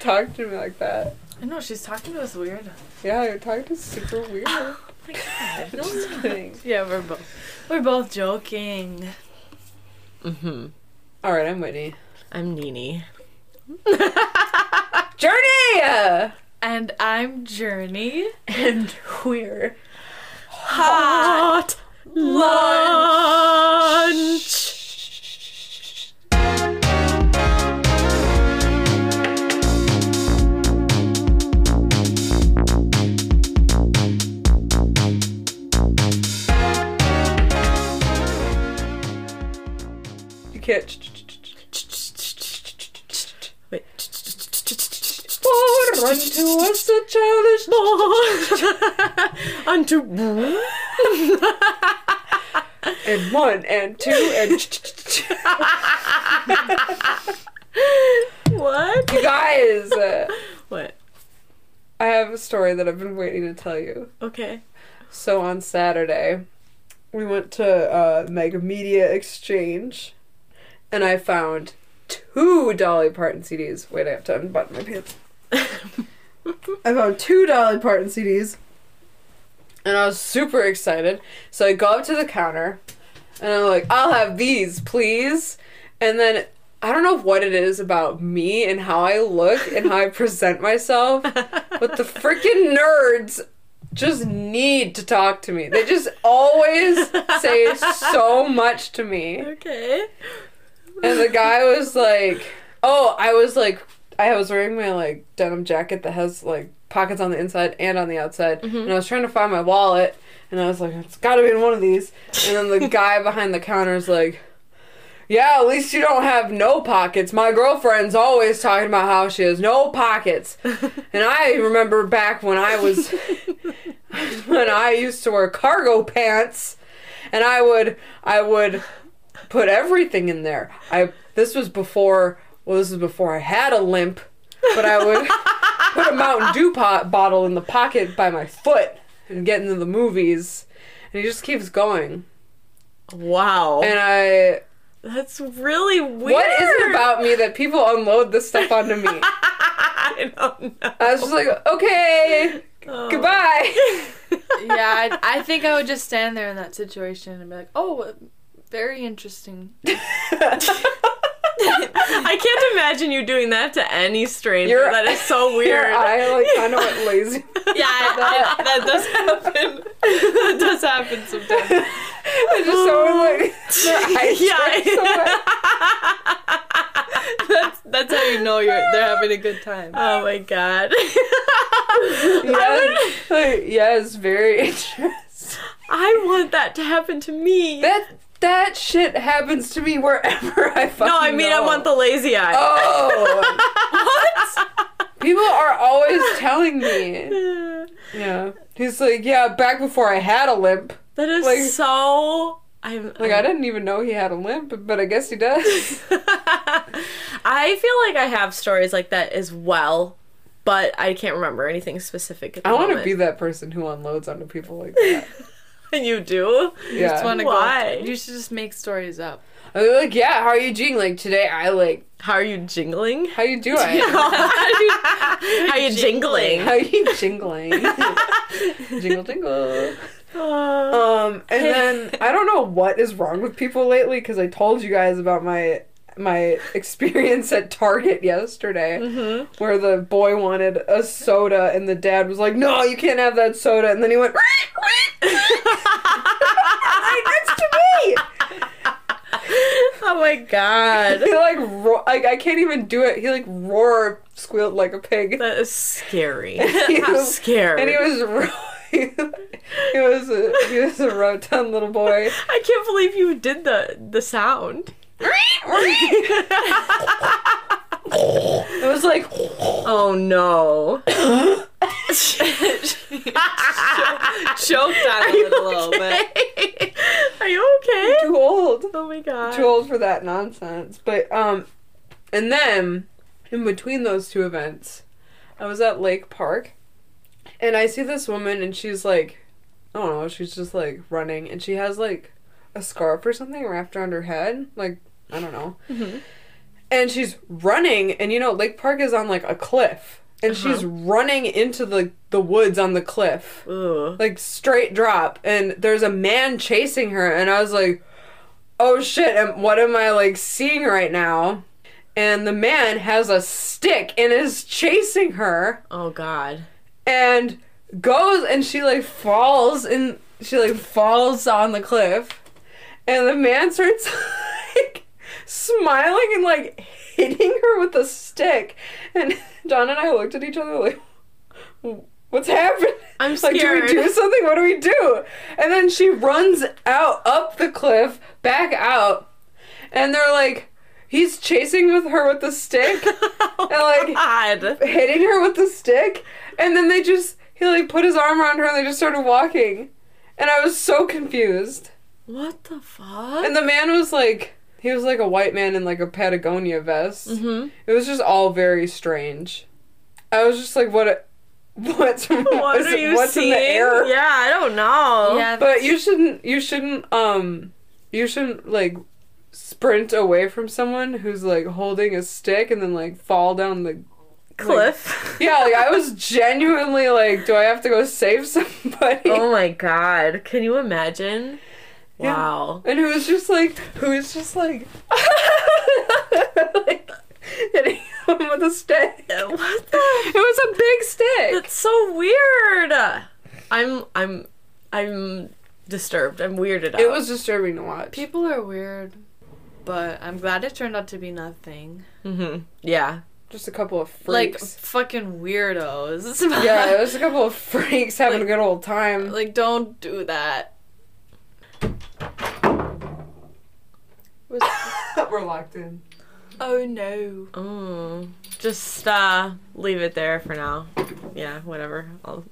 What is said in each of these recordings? Talk to me like that. I know she's talking to us weird. Yeah, you're talking to super weird. my God. No, Just kidding. Yeah, we're both we're both joking. Mm-hmm. All right, I'm Whitney. I'm Nini. Journey. And I'm Journey. And we're Hot. lunch. You can't. Wait. Oh, run to us, the childish. Onto. And one, and two, and what? you guys. uh, What? I have a story that I've been waiting to tell you. Okay. So on Saturday, we went to uh, Mega Media Exchange, and I found two Dolly Parton CDs. Wait, I have to unbutton my pants. I found two Dolly Parton CDs, and I was super excited. So I go up to the counter, and I'm like, "I'll have these, please." And then I don't know what it is about me and how I look and how I present myself, but the freaking nerds just need to talk to me. They just always say so much to me. Okay. And the guy was like, "Oh, I was like, I was wearing my like denim jacket that has like pockets on the inside and on the outside, and I was trying to find my wallet, and I was like, it's got to be in one of these." And then the guy behind the counter is like. Yeah, at least you don't have no pockets. My girlfriend's always talking about how she has no pockets. And I remember back when I was when I used to wear cargo pants and I would I would put everything in there. I this was before well this was before I had a limp, but I would put a Mountain Dew pot bottle in the pocket by my foot and get into the movies. And he just keeps going. Wow. And I That's really weird. what is it about me that people unload this stuff onto me? I don't know. I was just like, okay, Oh. goodbye. yeah, Uh, I, I think I would just stand there in that situation and be like, "Oh, very interesting." I can't imagine you doing that to any stranger. Your- that is so weird. Your eye like kind of went lazy. Yeah, that, that does happen. that does happen sometimes. I just saw it like their eyes yeah. so Yeah. much. That's that's how you know you're they're having a good time. Oh my god. Yes, like, yes, very interesting. I want that to happen to me. That that shit happens to me wherever I fucking no, I mean I go. want the lazy eye. Oh, people are always telling me. that Yeah, he's like, yeah, back before I had a limp. is Like- Oh so I'm Like I didn't even know he had a limp, but I guess he does. I feel like I have stories like that as well, but I can't remember anything specific at the I want to moment. be that person who unloads onto people like that. you do. Yeah. Just wanna Why? Go, you should just make stories up. I was like, yeah, how are you doing? Like today, I like, How are you jingling? how you doing? How are you jingling? how you jingling? jingle jingle. Uh, Um, and then I don't know what is wrong with people lately because I told you guys about my my experience at Target yesterday, where the boy wanted a soda and the dad was like, "No, you can't have that soda," and then he went, "Like that's to me." oh my god. He like, ro- like I can't even do it. He like roar squealed like a pig. That is scary. He I'm was- scared. and he was ro- he was a, he was a rotund little boy. I can't believe you did the the sound. It was like Oh no. Choke on Are it you a little bit. okay? Are you okay? too old. Oh my god. too old for that nonsense. But um, and then in between those two events, I was at Lake Park, and I see this woman, and she's like, I don't know, she's just like running, and she has like a scarf or something wrapped around her head, like I don't know. and she's running and you know lake park is on like a cliff and she's running into the the woods on the cliff Ooh. like straight drop and there's a man chasing her and i was like oh shit am, what am i like seeing right now and the man has a stick and is chasing her Oh God. and goes and she like falls and she like falls on the cliff and the man starts like smiling and like hitting her with a stick and john and i looked at each other like what's happening I'm like do we scared. do something what do we do and then she runs out up the cliff back out and they're like he's chasing with her with the stick like- Oh God. hitting her with the stick, and then they just he like put his arm around her and they just started walking, and I was so confused. What the fuck? And the man was like, he was like a white man in like a Patagonia vest. Mm-hmm. It was just all very strange. I was just like, what? What's What is are it- you what's seeing? in the air? Yeah, I don't know. Yeah, But you shouldn't. You shouldn't. Um, you shouldn't like sprint away from someone who's like holding a stick and then like fall down the Cliff. Yeah, like I was genuinely like, do I have to go save somebody? oh my God. Can you imagine? Yeah. Wow. And it was just like, who is just like, like hitting him with a stick. What the? It was a big stick. That's so weird. I'm I'm I'm disturbed. I'm weirded out. It was disturbing to watch. people are weird, but I'm glad it turned out to be nothing. hmm Yeah. just a couple of Like freaks. fucking weirdos. yeah, it was a couple of freaks having a good old time. like don't do that. Was- We're locked in. oh no. Mm. Just uh leave it there for now. Yeah, whatever. I'll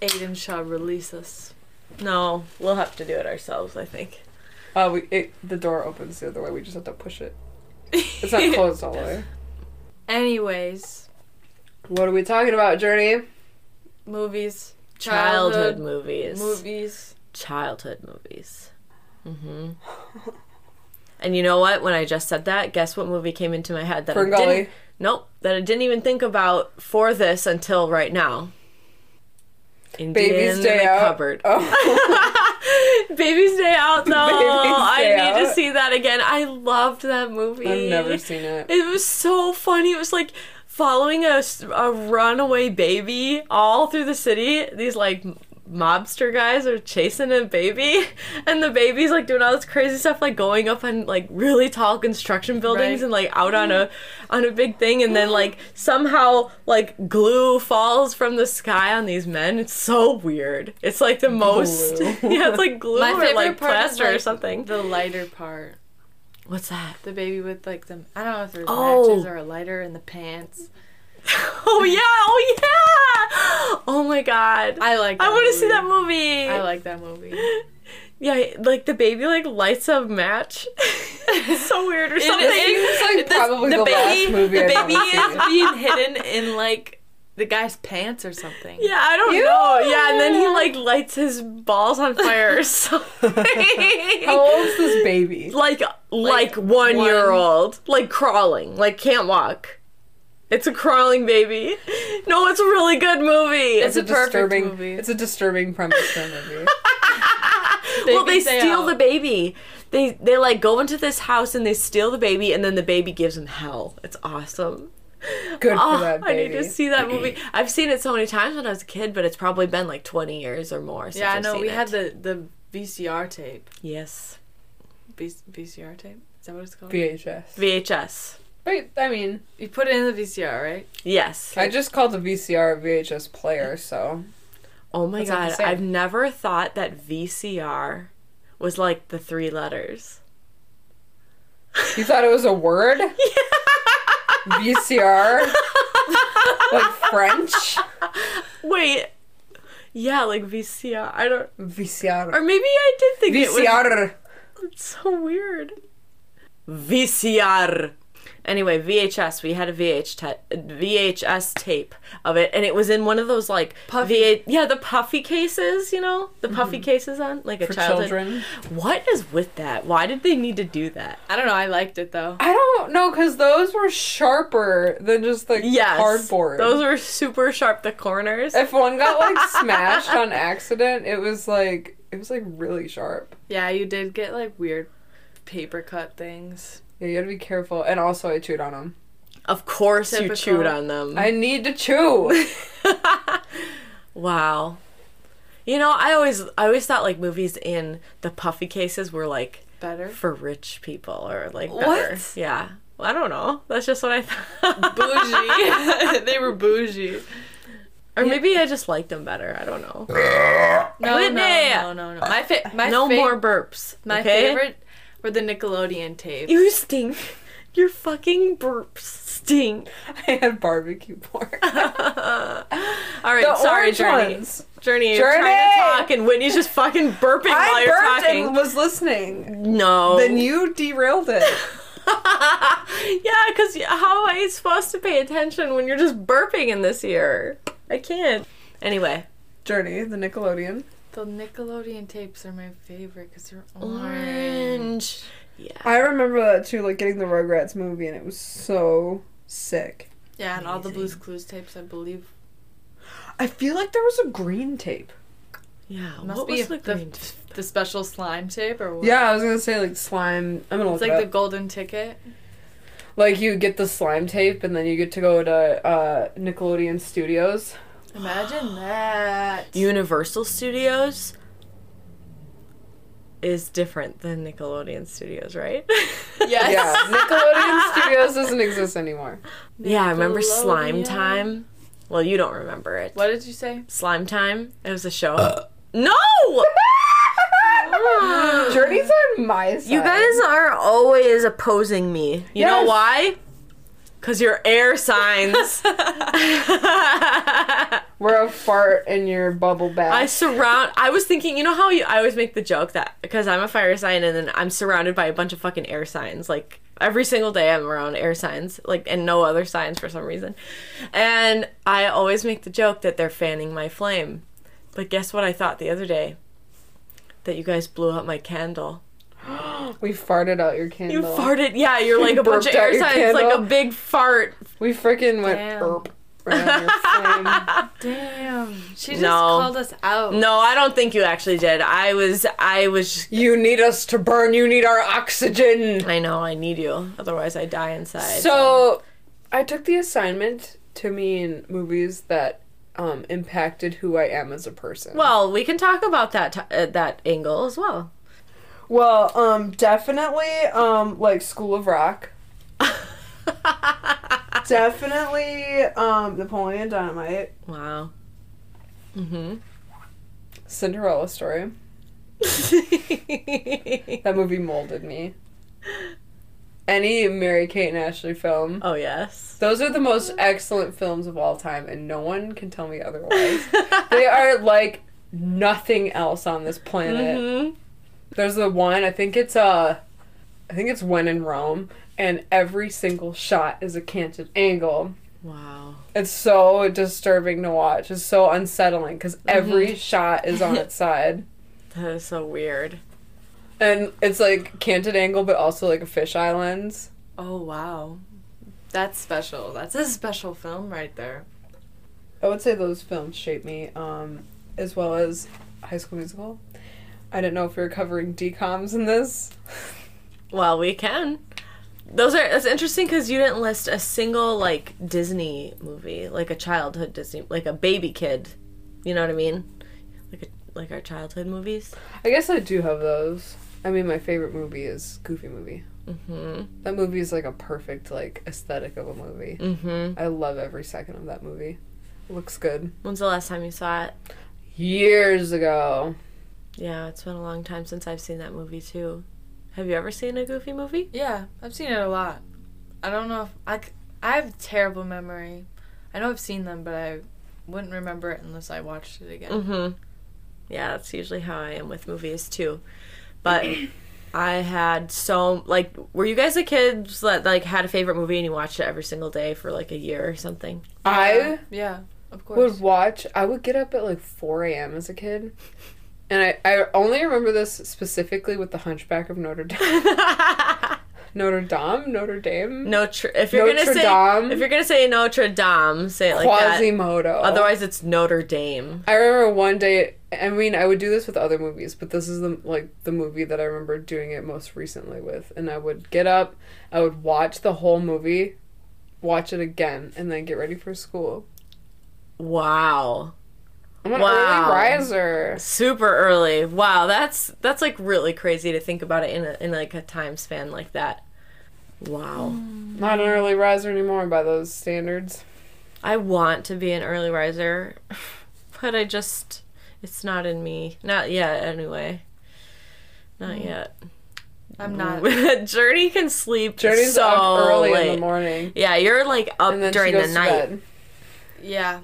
Aiden shall release us. No, we'll have to do it ourselves, I think. Uh, we, it, the door opens the other way. We just have to push it. It's not closed all the way. Anyways, What are we talking about, Journey? movies, Childhood childhood, movies. movies. Childhood movies. Mm-hmm. Mhm. and you know what? When I just said that, guess what movie came into my head that I Ferngully. didn't Nope, that I didn't even think about for this until right now. Indian Baby's in Day the Out. cupboard. Oh. Baby's Day Out though. Baby's Day I need to Out. see that again. I loved that movie. I've never seen it. It was so funny. It was like following a, s- a runaway baby all through the city. These like m- mobster guys are chasing a baby, and the baby's like doing all this crazy stuff, like going up on like really tall construction buildings Right. Mm-hmm. and like out on a on a big thing, and then like somehow like glue falls from the sky on these men. It's so weird. It's like the most Glue. yeah, it's like glue My or favorite like part is, plaster or like, something. The lighter part. What's that? The baby with like the I don't know if there's Oh. matches or a lighter in the pants. Oh yeah, oh yeah! Oh my god. I like. I want to see movie. that movie. I like that movie. Yeah, like the baby like lights a match. It's so weird or It something. seems like probably the last movie The I've baby ever is seen. being hidden in like. The guy's pants or something. Yeah, I don't Yeah. know. Yeah, and then he like lights his balls on fire or something. How old's this baby? Like like one, one- year old, like crawling, like can't walk. It's a crawling baby. No, it's a really good movie. It's a perfect disturbing movie. It's a disturbing premise for a movie. well, they Babies Day steal Out. the baby. They they like go into this house and they steal the baby, and then the baby gives them hell. It's awesome. Good Oh, for that I need baby. to see that movie. I've seen it so many times when I was a kid, but it's probably been like twenty years or more. Since Yeah, I I've know. seen We it. had the the VCR tape. yes V- VCR tape. Is that what it's called? VHS. VHS. But I mean, you put it in the VCR, right? Yes. I just called the VCR a VHS player, so oh my That's not the god, same. I've never thought that VCR was like the three letters. you thought it was a word? VCR, like French Wait. Yeah, like VCR. I don't. Or VCR. maybe I did think it was VCR. It's so weird. VCR. Anyway, VHS. We had a VH te- VHS tape of it, and it was in one of those like Puffy. VH- yeah, the puffy cases. You know, the puffy cases on like a Mm-hmm. for childhood. children. What is with that? Why did they need to do that? I don't know. I liked it though. I don't know because those were sharper than just like Yes, cardboard. Those were super sharp. The corners. if one got like smashed on accident, it was like it was like really sharp. Yeah, you did get like weird paper cut things. Yeah, you had to be careful. And also, I chewed on them. Of course, Typical. you chewed on them. I need to chew. wow. You know, I always I always thought like movies in the puffy cases were like Better. for rich people or like What? better. Yeah. Well, I don't know. That's just what I thought. bougie. they were bougie. or maybe I just liked them better. I don't know. Oh, No, Whitney! no, no, no, no. My fa- my no fa- more burps. My okay? favorite were the Nickelodeon tapes. You stink. Your fucking burps stink. I had barbecue pork. All right, The sorry, orange Journey. ones. Journey, you're Journey! trying to talk, and Whitney's just fucking burping while I you're burped talking. and was listening. No. Then you derailed it. yeah, because how am I supposed to pay attention when you're just burping in this ear? I can't. Anyway, Journey, the Nickelodeon. The Nickelodeon tapes are my favorite because they're orange. orange. I remember that too, like getting the Rugrats movie, and it was so sick. Yeah, and all the Amazing. Blue's Clues tapes, I believe. I feel like there was a green tape. Yeah, Must what be was if the the- green? The special slime tape or what? Yeah, I was gonna say like slime. I'm gonna It's look like it the up. golden ticket. Like you get the slime tape, and then you get to go to uh, Nickelodeon Studios. Imagine that. Universal Studios is different than Nickelodeon Studios, right? Yes. Yeah, Nickelodeon Studios doesn't exist anymore. yeah, I remember Slime Nickelodeon. Time. Well, you don't remember it. What did you say? Slime Time? It was a show. no! Journey's on my side. You guys are always opposing me. You know Yes. why? Because you're air signs. I we're a fart in your bubble bath. surround. I was thinking, you know how you, I always make the joke that because I'm a fire sign and then I'm surrounded by a bunch of fucking air signs. Like every single day I'm around air signs, like, and no other signs for some reason. And I always make the joke that they're fanning my flame. But guess what I thought the other day? That you guys blew out my candle. we farted out your You candle. farted. Yeah, you're like a bunch of Burped out air your signs, like a candle. big fart. We freaking went Damn. erp right on your flame. Damn. She just No. called us out. No, I don't think you actually did. I was, I was. just- You need us to burn. You need our oxygen. I know. I need you. Otherwise, I die inside. So, I took the assignment to mean movies that um, impacted who I am as a person. well, we can talk about that t- uh, that angle as well. well, um, definitely, um, like School of Rock. definitely, um, Napoleon Dynamite, Wow. Mm-hmm. Cinderella Story. That movie molded me. Any Mary Kate and Ashley film. oh yes. Those are the most excellent films of all time, and no one can tell me otherwise. they are like nothing else on this planet. Mhm. There's the one I think it's uh I think it's when in Rome and every single shot is a canted angle. Wow. It's so disturbing to watch. It's so unsettling cuz every shot is on its side. That is so weird. And it's like canted angle but also like a fisheye lens. Oh, wow. That's special. That's a special film right there. I would say those films shaped me um as well as High School Musical. I didn't know if we were covering DCOMs in this. Well, we can. Those are that's interesting because you didn't list a single like Disney movie, like a childhood Disney, like a baby kid. You know what I mean? Like a, like our childhood movies. I guess I do have those. I mean, my favorite movie is Goofy Movie. Mm-hmm. That movie is like a perfect like aesthetic of a movie. Mm-hmm. I love every second of that movie. Looks good. When's the last time you saw it? Years ago. Yeah, it's been a long time since I've seen that movie too. Have you ever seen a Goofy movie? Yeah, I've seen it a lot. I don't know if I, c- I have terrible memory. I know I've seen them, but I wouldn't remember it unless I Mm. watched it again. Mm-hmm. Yeah, that's usually how I am with movies too. But I had so like were you guys the kids that like had a favorite movie and you watched it every single day for like a year or something? I yeah, Uh-huh. of course. would watch. I would get up at like 4 a.m. as a kid, and I, I only remember this specifically with the Hunchback of Notre Dame. Notre Dame, Notre Dame, no, tr- if you're Notre gonna Dame. say if you're gonna say Notre Dame, say it like that. Quasimodo. Otherwise, it's Notre Dame. I remember one day. I mean, I would do this with other movies, but this is the like the movie that I remember doing it most recently with. And I would get up, I would watch the whole movie, watch it again, and then get ready for school. Wow, I'm an Wow. early riser. super early. Wow, that's that's like really crazy to think about it in a, in like a time span like that. Wow, Mm. Not an early riser anymore by those standards. I want to be an early riser, but I just it's not in me. Not yet, anyway. Mm. Not yet. I'm not. Journey can Uh, sleep Journey's so up early late. in the morning, Yeah, you're like up and then during she goes the to night, bed. Yeah,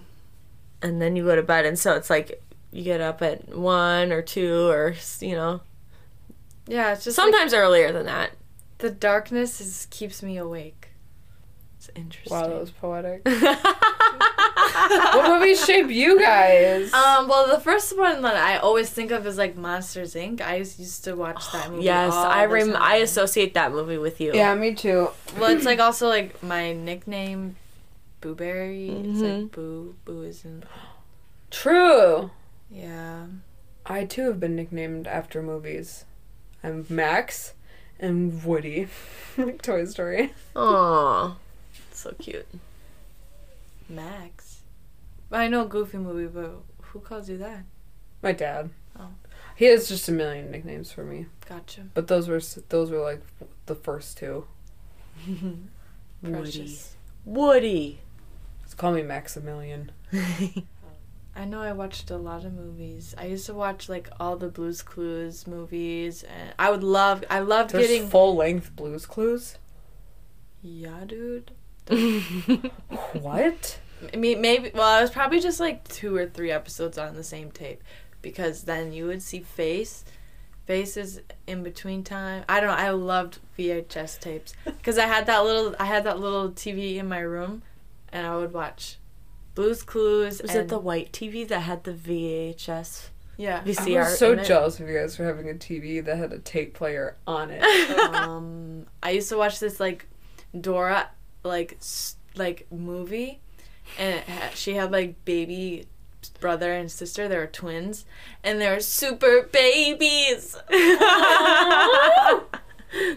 and then you go to bed, and so it's like you get up at one or two, or you know, yeah. It's just sometimes sometimes earlier than that. the darkness is keeps me awake. It's interesting. Wow, that was poetic. what movies shape you guys? Um, well, the first one that I always think of is like Monsters Inc. I used to watch that movie. yes, all I the rem- time. I associate that movie with you. yeah, me too. Well, it's like also like my nickname, Booberry. It's Mhm. like Boo. Boo is in. True. Yeah. I too have been nicknamed after movies. I'm Max and Woody, like Toy Story. Aw, so cute. Max. I know Goofy movie, but who calls you that? My dad. Oh. He has just a million nicknames for me, Gotcha. but those were s- those were like the first two. Woody. Precious. Woody. Just call me Maximilian. I know I watched a lot of movies. I used to watch like all the Blues Clues movies, and I would love. I loved There's getting. full length Blues Clues. yeah, dude. what? I mean, maybe. Well, it was probably just like two or three episodes on the same tape, because then you would see face, faces in between time. I don't know. I loved VHS tapes because I had that little. I had that little TV in my room, and I would watch Blues Clues. Was it and, the white TV that had the VHS yeah? VCR? I was so in it? jealous of you guys for having a TV that had a tape player on it. um, I used to watch this like Dora like s- like movie, and it ha- she had like baby brother and sister. They were twins, and they were super babies. that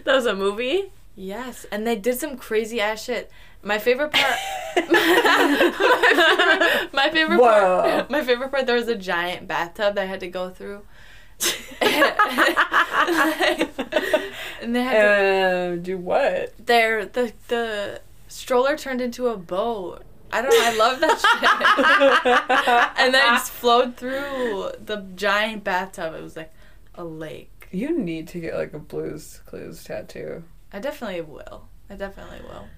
was a movie. yes, and they did some crazy ass shit. My favorite part. my favorite, my favorite Whoa. part. My favorite part. There was a giant bathtub that I had to go through. and they had to Uh, do what? There, the the stroller turned into a boat. I don't know. I love that shit. and then it just flowed through the giant bathtub. It was like a lake. You need to get like a Blues Clues tattoo. I definitely will. I definitely will.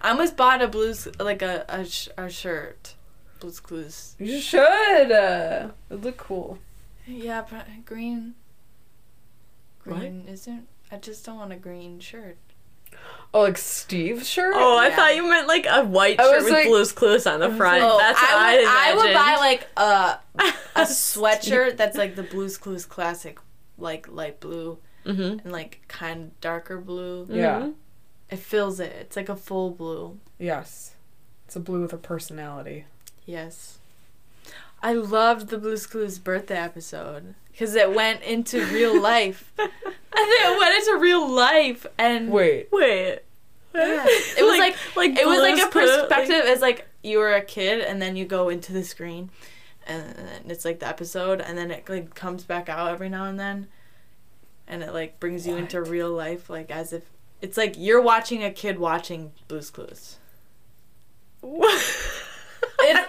I almost bought a blues like a a, sh- a shirt, Blues Clues. You should. Uh, it'd look cool. Yeah, but green. What? Green is isn't. I just don't want a green shirt. Oh, like Steve's shirt? Oh, I Yeah. thought you meant like a white I shirt was with like- Blue's Clues on the front. Oh, That's what I would, I I, would buy imagined. like a a sweatshirt that's like the Blues Clues classic, like light blue Mhm. and like kind of darker blue. Yeah. Mhm. It fills it. It's like a full blue. Yes. It's a blue with a personality. Yes. I loved the Blues Clues birthday episode because it went into real life. I think it went into real life and Mm-hmm. Wait. Wait. Yeah. it was like, like it was like a Blue's Clues- perspective as like you were a kid and then you go into the screen and then it's like the episode and then it like comes back out every now and then and it like brings you into What? real life like as if it's like you're watching a kid watching Blue's Clues. It's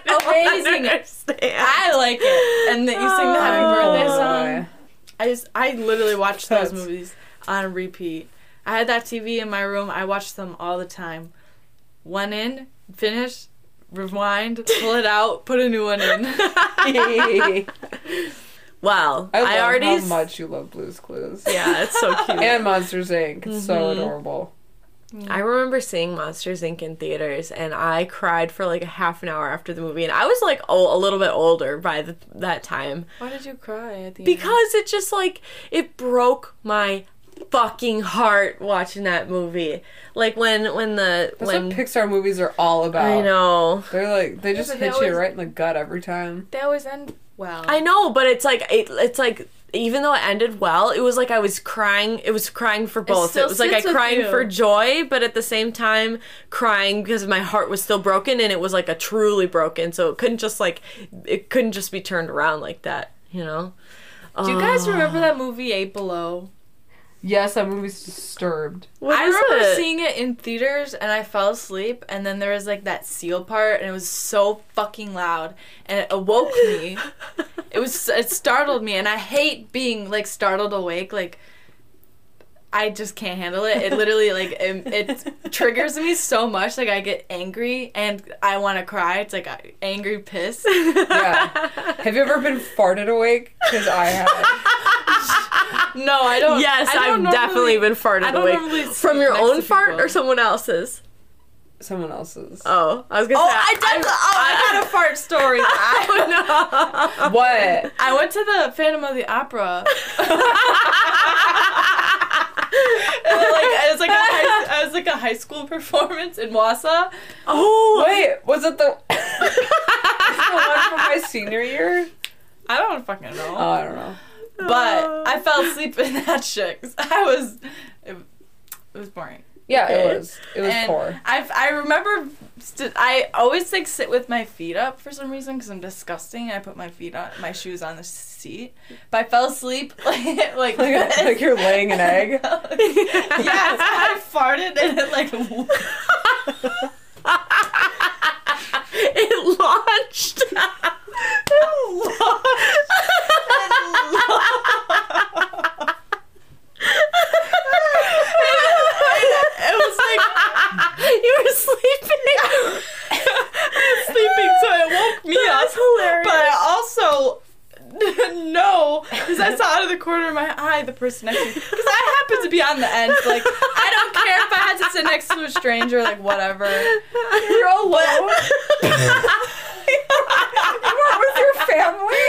I don't amazing. understand. I like it. And that you sing the happy Oh. birthday Oh, song. my. I just I literally watched That's- those movies on repeat. I had that TV in my room. I watched them all the time. One in, finish, rewind, pull it out, put a new one in. Wow. I love I, already. how s- much you love Blue's Clues. Yeah, it's so cute. and Monsters Inc. It's so Mhm. adorable. I remember seeing Monsters Inc. in theaters, and I cried for like a half an hour after the movie. And I was like o- a little bit older by the, that time Why did you cry at the end? because it just like it broke my fucking heart watching that movie. Like when when the That's when what Pixar movies are all about. I know They're like they just but they hit always- you right in the gut every time. They always end well. I know, but it's like it, it's like even though it ended well, it was like I was crying. It was crying for both. It, still was like I sits with crying you. for joy, but at the same time crying because my heart was still broken, and it was like a truly broken. So it couldn't just like it couldn't just be turned around like that, you know. Do you guys remember that movie Eight Below? Yes, that movie's disturbed. What I is remember it? seeing it in theaters and I fell asleep and then there was like that seal part and it was so fucking loud and it awoke me. it was it startled me and I hate being like startled awake like I just can't handle it. It literally like it, it triggers me so much like I get angry and I want to cry. It's like a angry piss. Yeah. have you ever been farted awake? Because I have. No, I don't. Yes, I I've don't definitely normally- been farted I don't away normally from your sleep next own to fart people. or someone else's. Someone else's. Oh, I was gonna Oh, say. I did. oh, I got a fart story. I, Oh no. What? I went to the Phantom of the Opera. And, like it was like a high, it was like a high school performance in Wausau. oh Wait, was it the, the one from my senior year? I don't fucking Oh, know, I don't know. but I fell asleep in that shit. 'cause I was, it, it was boring. Yeah, Okay. it was. It was and poor. I I remember st- I always like sit with my feet up for some reason because I'm disgusting. I put my feet on my shoes on the seat, but I fell asleep like like Like, this. like you're laying an egg. yes, I farted and it like w- it launched. it it was like you were sleeping. sleeping, so it woke me up. That's hilarious. But I also no, because I saw out of the corner of my eye the person next to me. Because I happen to be on the end. so, like I don't care if I had to sit next to a stranger, like whatever. You're alone. you weren't with your family.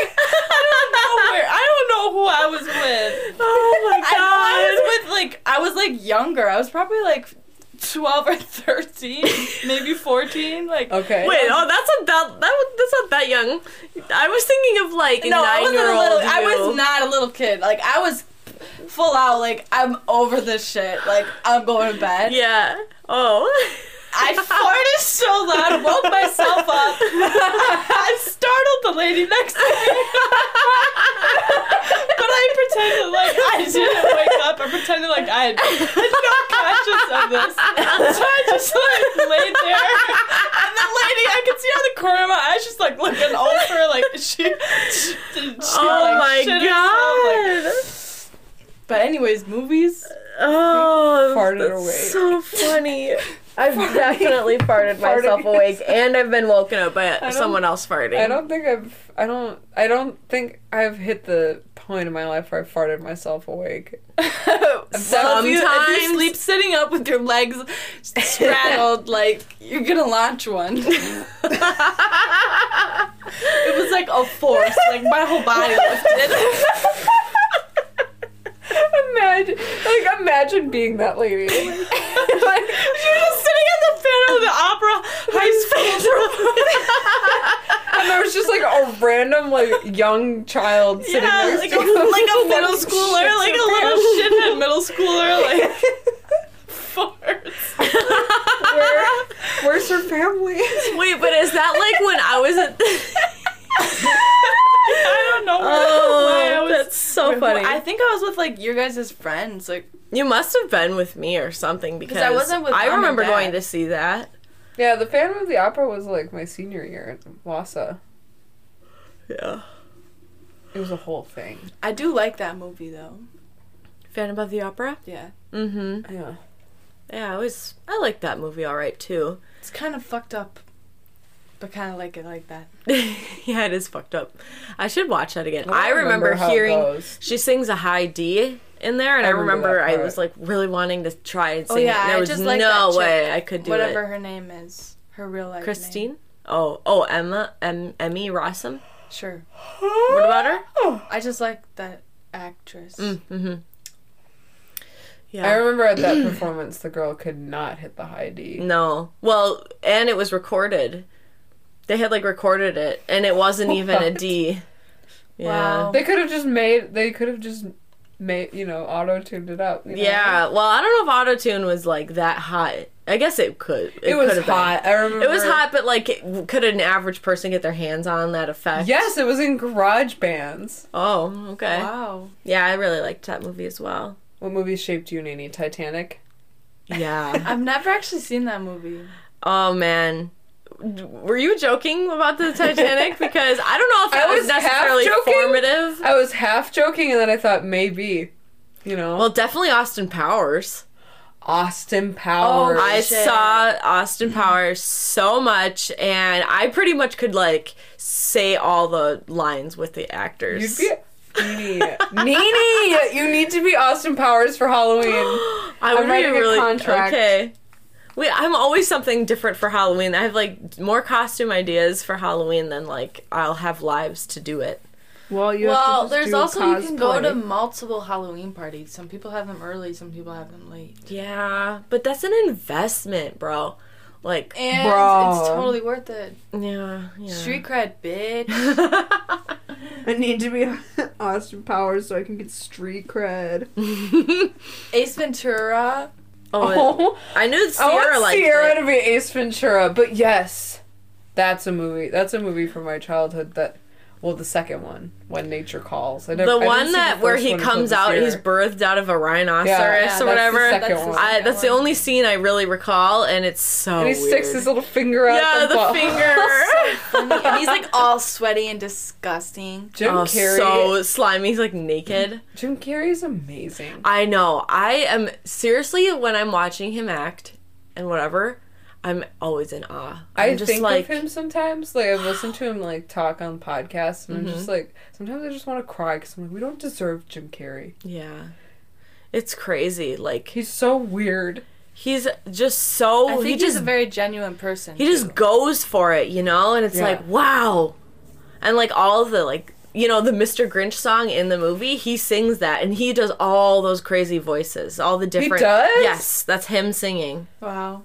know where- I don't know who I was with. oh my I know I was with like I was like younger. I was probably like twelve or thirteen, maybe fourteen. Like Okay. Wait, oh, that's about that. was- That's not that young. I was thinking of like no, I nine wasn't year a old. little. I was not a little kid. Like I was full out. Like I'm over this shit. Like I'm going to bed. Yeah. Oh. I farted so loud, woke myself up. I startled the lady next to me. but I pretended like I didn't wake up. I pretended like I had had no conscious of this. So I just like laid there. And the lady, I could see out the corner of my eye, she's like looking over, like she. she, she oh like, my shit god. herself, like- But anyways, movies. Oh, Farted that's awake. So funny. I've definitely farted Farted myself awake, and I've been woken up by don't- someone else farting. I don't think I've. I don't. I don't think I've hit the point in my life where I farted myself awake. So if you, if you Sometimes- sleep sitting up with your legs straddled, like you're gonna launch one. it was like a force, like my whole body lifted. Imagine, like, imagine being that lady. like, she was just sitting in the Phantom of the Opera high school. and there was just like a random, like, young child sitting Yeah, there. like a, like a middle schooler, like a little shithead middle schooler, like farts. Where, where's her family? Wait, but is that like when I was at? I don't know where, why I oh, was. that's so funny. I think I was with like your guys' friends, like you must have been with me or something because I wasn't with I mom and remember dad. going to see that. Yeah, the Phantom of the Opera was like my senior year at Wassa. Yeah. It was a whole thing. I do like that movie though. Phantom of the Opera. Yeah. Mm-hmm. Yeah. Yeah, I was. I liked that movie all right too. It's kind of fucked up. but kind of like it like that. yeah, it is fucked up. I should watch that again. don't I remember, remember how it hearing goes. she sings a high D in there, and I, I remember remember, that I part. was like really wanting to try and Oh sing yeah, it. and There I was just like no that chick, way I could do whatever it. her name is, her real life. name. Christine. Oh, oh, Emma, em, Emmy Rossum. Sure. What about her? I just like that actress. Mm-hmm. Yeah. I remember at that performance, the girl could not hit the high D. No. Well, and it was recorded. They had like recorded it, and it wasn't even a What? D. Yeah. Wow. They could have just made. They could have just made. You know, auto tuned it up. you know? Yeah. Well, I don't know if auto tune was like that hot. I guess it could. It, was could've been. hot. I remember. It was hot, but like, it- could an average person get their hands on that effect? Yes, it was in Garage Bands. Oh, okay. Wow. Yeah, I really liked that movie as well. What movie shaped you, Nene? Titanic. Yeah. I've never actually seen that movie. oh man. Were you joking about the Titanic? Because I don't know if that I was, was half necessarily joking. formative. I was half joking, and then I thought maybe, you know, Well, definitely Austin Powers. Austin Powers. Oh, I Shit. saw Austin Mm-hmm. Powers so much, and I pretty much could like say all the lines with the You'd actors. be Nene. Nene, you need to be Austin Powers for Halloween. I would be writing a really contract. okay. Wait, I'm always something different for Halloween. I have like more costume ideas for Halloween than like I'll have lives to do it. Well, you. well, there's also you can go to multiple Halloween parties. Some people have them early, some people have them late. Yeah, but that's an investment, bro. Like, And Bruh. it's totally worth it. yeah, yeah. Oh, Street cred, bitch. I need to be Austin Powers so I can get street cred. Ace Ventura. oh, Oh, I knew I Sierra want liked Sierra it. to be Ace Ventura, but yes, that's a movie. That's a movie from my childhood. That, well, the second one, When Nature Calls. I never, the I didn't see one that the where first he one until comes this out, year. he's birthed out of a rhinoceros Yeah, that's or the whatever. second the one. I, second that's the one. only scene I really recall, and it's so. and he sticks Oh, weird. his little finger out. yeah, the butt- finger. and he's like all sweaty and disgusting. Jim oh, Carrey. so slimy. He's like naked. Jim Carrey is amazing. I know. I am seriously when I'm watching him act and whatever, I'm always in awe. I'm I just think like, of him sometimes. Like I've listened to him like talk on podcasts, and I'm Mm-hmm. just like, sometimes I just want to cry because I'm like, we don't deserve Jim Carrey. yeah, it's crazy. Like He's so weird. he's just so. I think Oh, he he's just a very genuine person. he just goes for it, you know, and it's Yeah. like wow, and like all the like you know the Mr. Grinch song in the movie, he sings that and he does all those crazy voices, all the different. does? Yes, that's him singing. wow.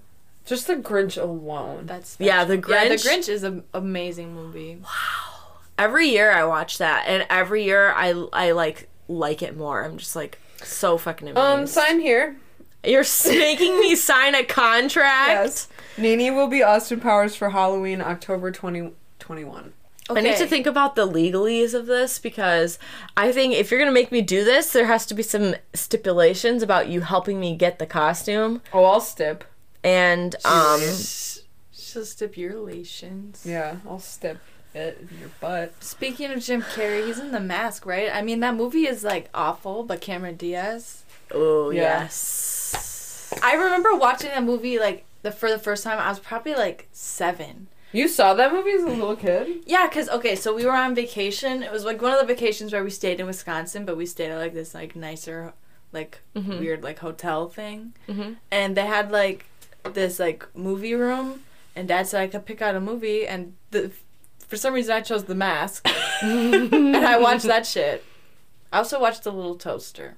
Just the Grinch alone. That's Yeah, The Yeah, the Grinch. Grinch is an amazing movie. Every year I watch that, and every year I I like like it more. I'm just like so fucking amazed. Um, sign here. You're s- making me sign a contract. Yes. Nene will be Austin Powers for Halloween, October 2021. Okay. I need to think about the legalese of this because I think if you're gonna make me do this, there has to be some stipulations about you helping me get the costume Oh, I'll stip. and um She'll stip your relations. Yeah, I'll stip it in your butt. Speaking of Jim Carrey, he's in The Mask, right? I mean, that movie is like awful, but Cameron Diaz. oh Yeah. yes. I remember watching that movie like the for the first time. I was probably like seven. You saw that movie as a little kid? Yeah, cause okay, so we were on vacation. It was like one of the vacations where we stayed in Wisconsin, but we stayed at like this like nicer, like Mm-hmm. Mm-hmm. weird like hotel thing, Mhm. and they had like this like movie room, and Dad said I could pick out a movie, and the for some reason I chose The Mask, and I watched that shit. I also watched The Little Toaster.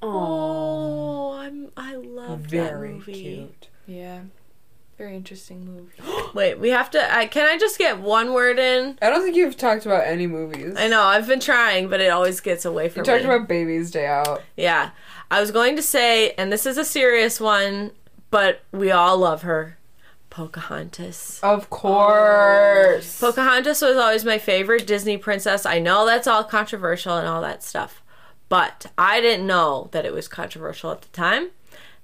Oh, I'm I love that Very movie. cute. Yeah, very interesting movie. Wait, we have to. I, can I just get one word in? I don't think you've talked about any movies. I know I've been trying, but it always gets away from You me. talked about Baby's Day Out. yeah, I was going to say, and this is a serious one, but we all love her, Pocahontas. Of course. Pocahontas was always my favorite Disney princess. I know that's all controversial and all that stuff, but I didn't know that it was controversial at the time.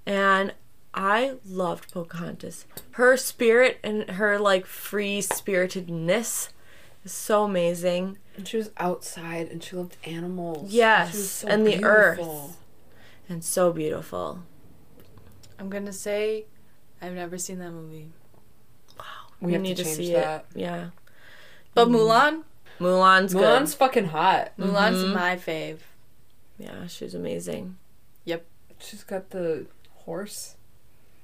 And I loved Pocahontas. Her spirit and her like free spiritedness is so amazing. And she was outside and she loved animals. Yes, She was so and the earth. beautiful. And so beautiful. I'm gonna say, I've never seen that movie. We have need to to, change see that. it. Yeah, But Mulan, Mulan's, Mulan's fucking hot. Mulan's Mhm. my fave. good. Yeah, she's amazing. She's got the horse.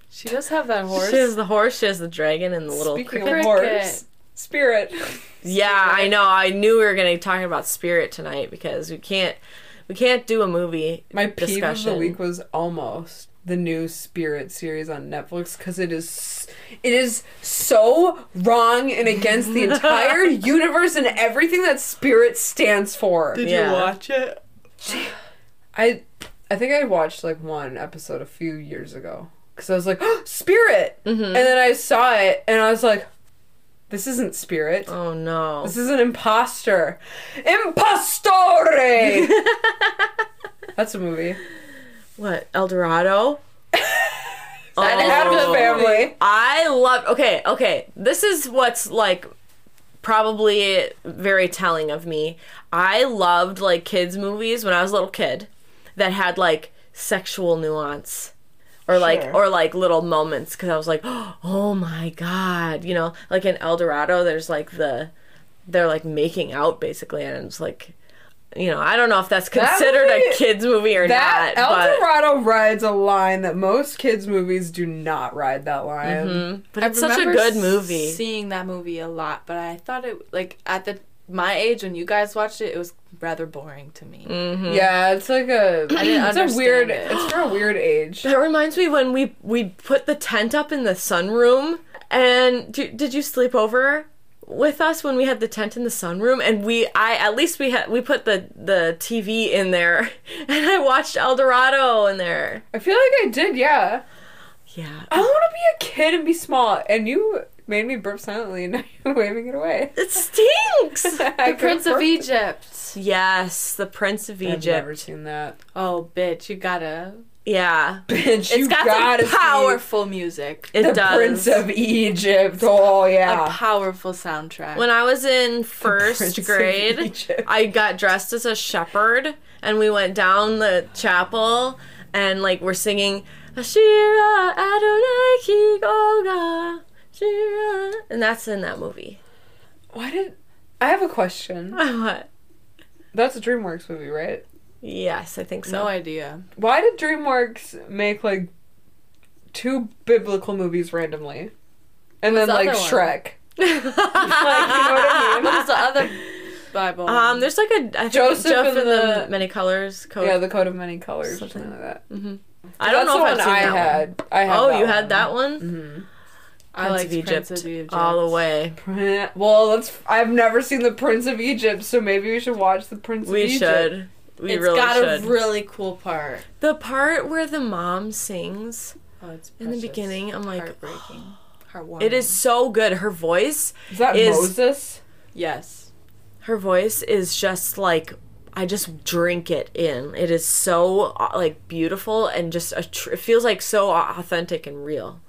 She does have that horse. She has the horse. She has the dragon and the little. Speaking cricket. of horse, spirit. yeah, I know. I knew we were gonna be talking about spirit tonight because we can't, we can't do a movie. My peeve of discussion. the week was almost the new Spirit series on Netflix because it is it is so wrong and against the entire universe and everything that Spirit stands for. you Yeah. watch it? I I think I watched like one episode a few years ago because I was like Spirit, Mm-hmm. and then I saw it and I was like, this isn't Spirit. Oh no. This is an imposter. Impostore! That's a movie. What El Dorado? That Oh. Adam's family. I love. Okay, okay. This is what's like probably very telling of me. I loved like kids movies when I was a little kid that had like sexual nuance. Or like, Sure. or like little moments, because I was like, oh my god, you know, like in El Dorado, there's like the, they're like making out basically, and it's like, you know, I don't know if that's That considered movie- a kids movie or That not. but- El Dorado rides a line that most kids' movies do not ride that line. Mm-hmm. Mhm. But it's such a good movie. Seeing that movie a lot, but I thought it like at the my age when you guys watched it, it was rather boring to me. Mhm. Yeah, it's like a didn't it's a understand weird it. it's for a weird age. That reminds me when we we put the tent up in the sunroom. And do, did you sleep over with us when we had the tent in the sunroom? And we I at least we had we put the the TV in there, and I watched El Dorado in there. I feel like I did, yeah. Yeah, I want to be a kid and be small, and you made me burp silently, and now you're waving it away. it stinks. The Prince of Egypt. Egypt. yes, the Prince of I've Egypt. never seen that. Oh, bitch, you gotta. Yeah, Bitch, It's you got gotta some see powerful music. it the does. Prince of Egypt. Oh yeah. A powerful soundtrack. When I was in Prince first of grade, Egypt. I got dressed as a shepherd and we went down the chapel and like we're singing Ashira Adonai Kigoga Ashira and that's in that movie. Why did I have a question? What? That's a DreamWorks movie, right? yes, I think so. no idea. Why did DreamWorks make like two biblical movies randomly, and then the like other one? Shrek? Like, you know what I mean? What was the other Bible? um there's like a I think Joseph Joseph and and the, the- many colors code. Yeah, the Coat of Many Colors, or Something. something like that. hmm I That's don't know if I've the seen one I that had. one. I had. that oh, you one. Mm-hmm. had that one? I Prince like of Egypt, Prince of Egypt all the way. Prin- Well, let's. I've never seen the Prince of Egypt, so maybe we should watch the Prince We of Egypt. should. We It's really got should. a really cool part. The part where the mom sings Oh, it's in the beginning, I'm like, heartbreaking, heartwarming. it is so good. Her voice, Is that Is- Moses? Yes. her voice is just like I just drink it in. It is so uh, like beautiful and just a tr- it feels like so au- authentic and real.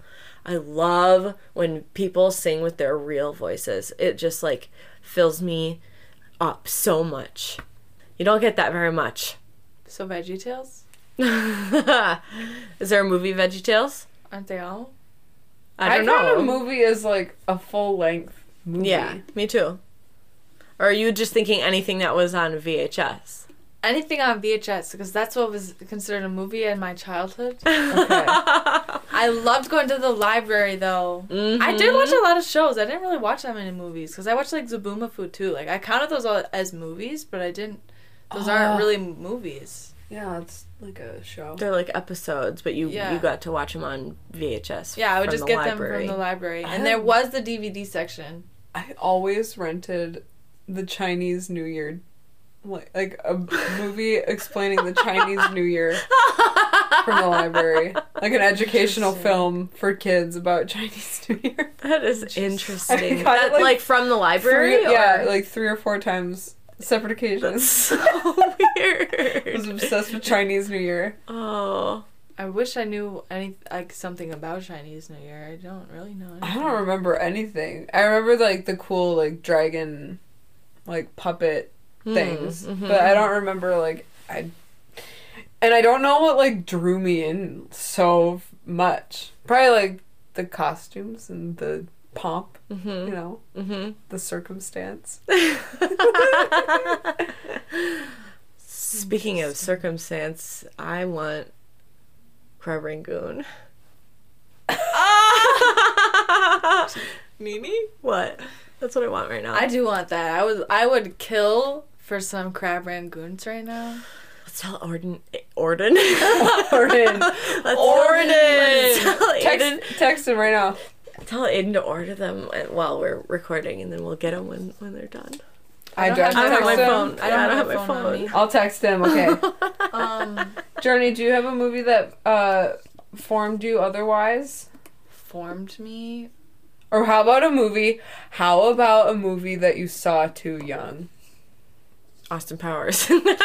I love when people sing with their real voices. It just like fills me up so much. You don't get that very much. So Veggie Tales is there a movie VeggieTales? aren't they all? I don't count know. a movie as like a full length movie. Yeah, me too. Or are you just thinking anything that was on VHS? Anything on VHS because that's what was considered a movie in my childhood. Okay. I loved going to the library though. I did watch a lot of shows. I didn't really watch that many movies because I watched like Zaboomafoo too. Like I counted those all as movies, but I didn't. Those Oh. aren't really movies. Yeah, it's like a show. They're like episodes, but you Yeah. you got to watch them on VHS. Yeah, I would from just the get library. them from the library, I and there don't- was the DVD section. I always rented the Chinese New Year, like, like a movie explaining the Chinese New Year from the library, like an educational Interesting. film for kids about Chinese New Year. That is interesting. I got that, it, like, like, from the library? Three- yeah, or- like three or four times, separate That's occasions. so I was weird. obsessed with Chinese New Year. Oh, I wish I knew any like something about Chinese New Year. I don't really know. I anything. don't remember anything. I remember like the cool like dragon, like puppet things, Mm, mhm. but I don't remember like I, and I don't know what like drew me in so f- much. Probably like the costumes and the pomp, you Mm-hmm. know, the circumstance. Mm-hmm. Speaking of circumstance, I want Crab Rangoon. Mimi? What? That's what I want right now. Ah! I do want that. I was I would kill for some crab rangoons right now. Let's tell Orden. Orden. Orden. Let's- Orden. Let's tell Aiden. Text, text him right now. Tell Aiden to order them while we're recording, and then we'll get them when, when they're done. I, don't don't have- have I don't my have phone. I don't have my phone on me. I'll text him. Okay. Um, Journey, do you have a movie that uh, formed you otherwise? formed me. Or how about a movie? How about a movie that you saw too young? Austin Powers. I feel like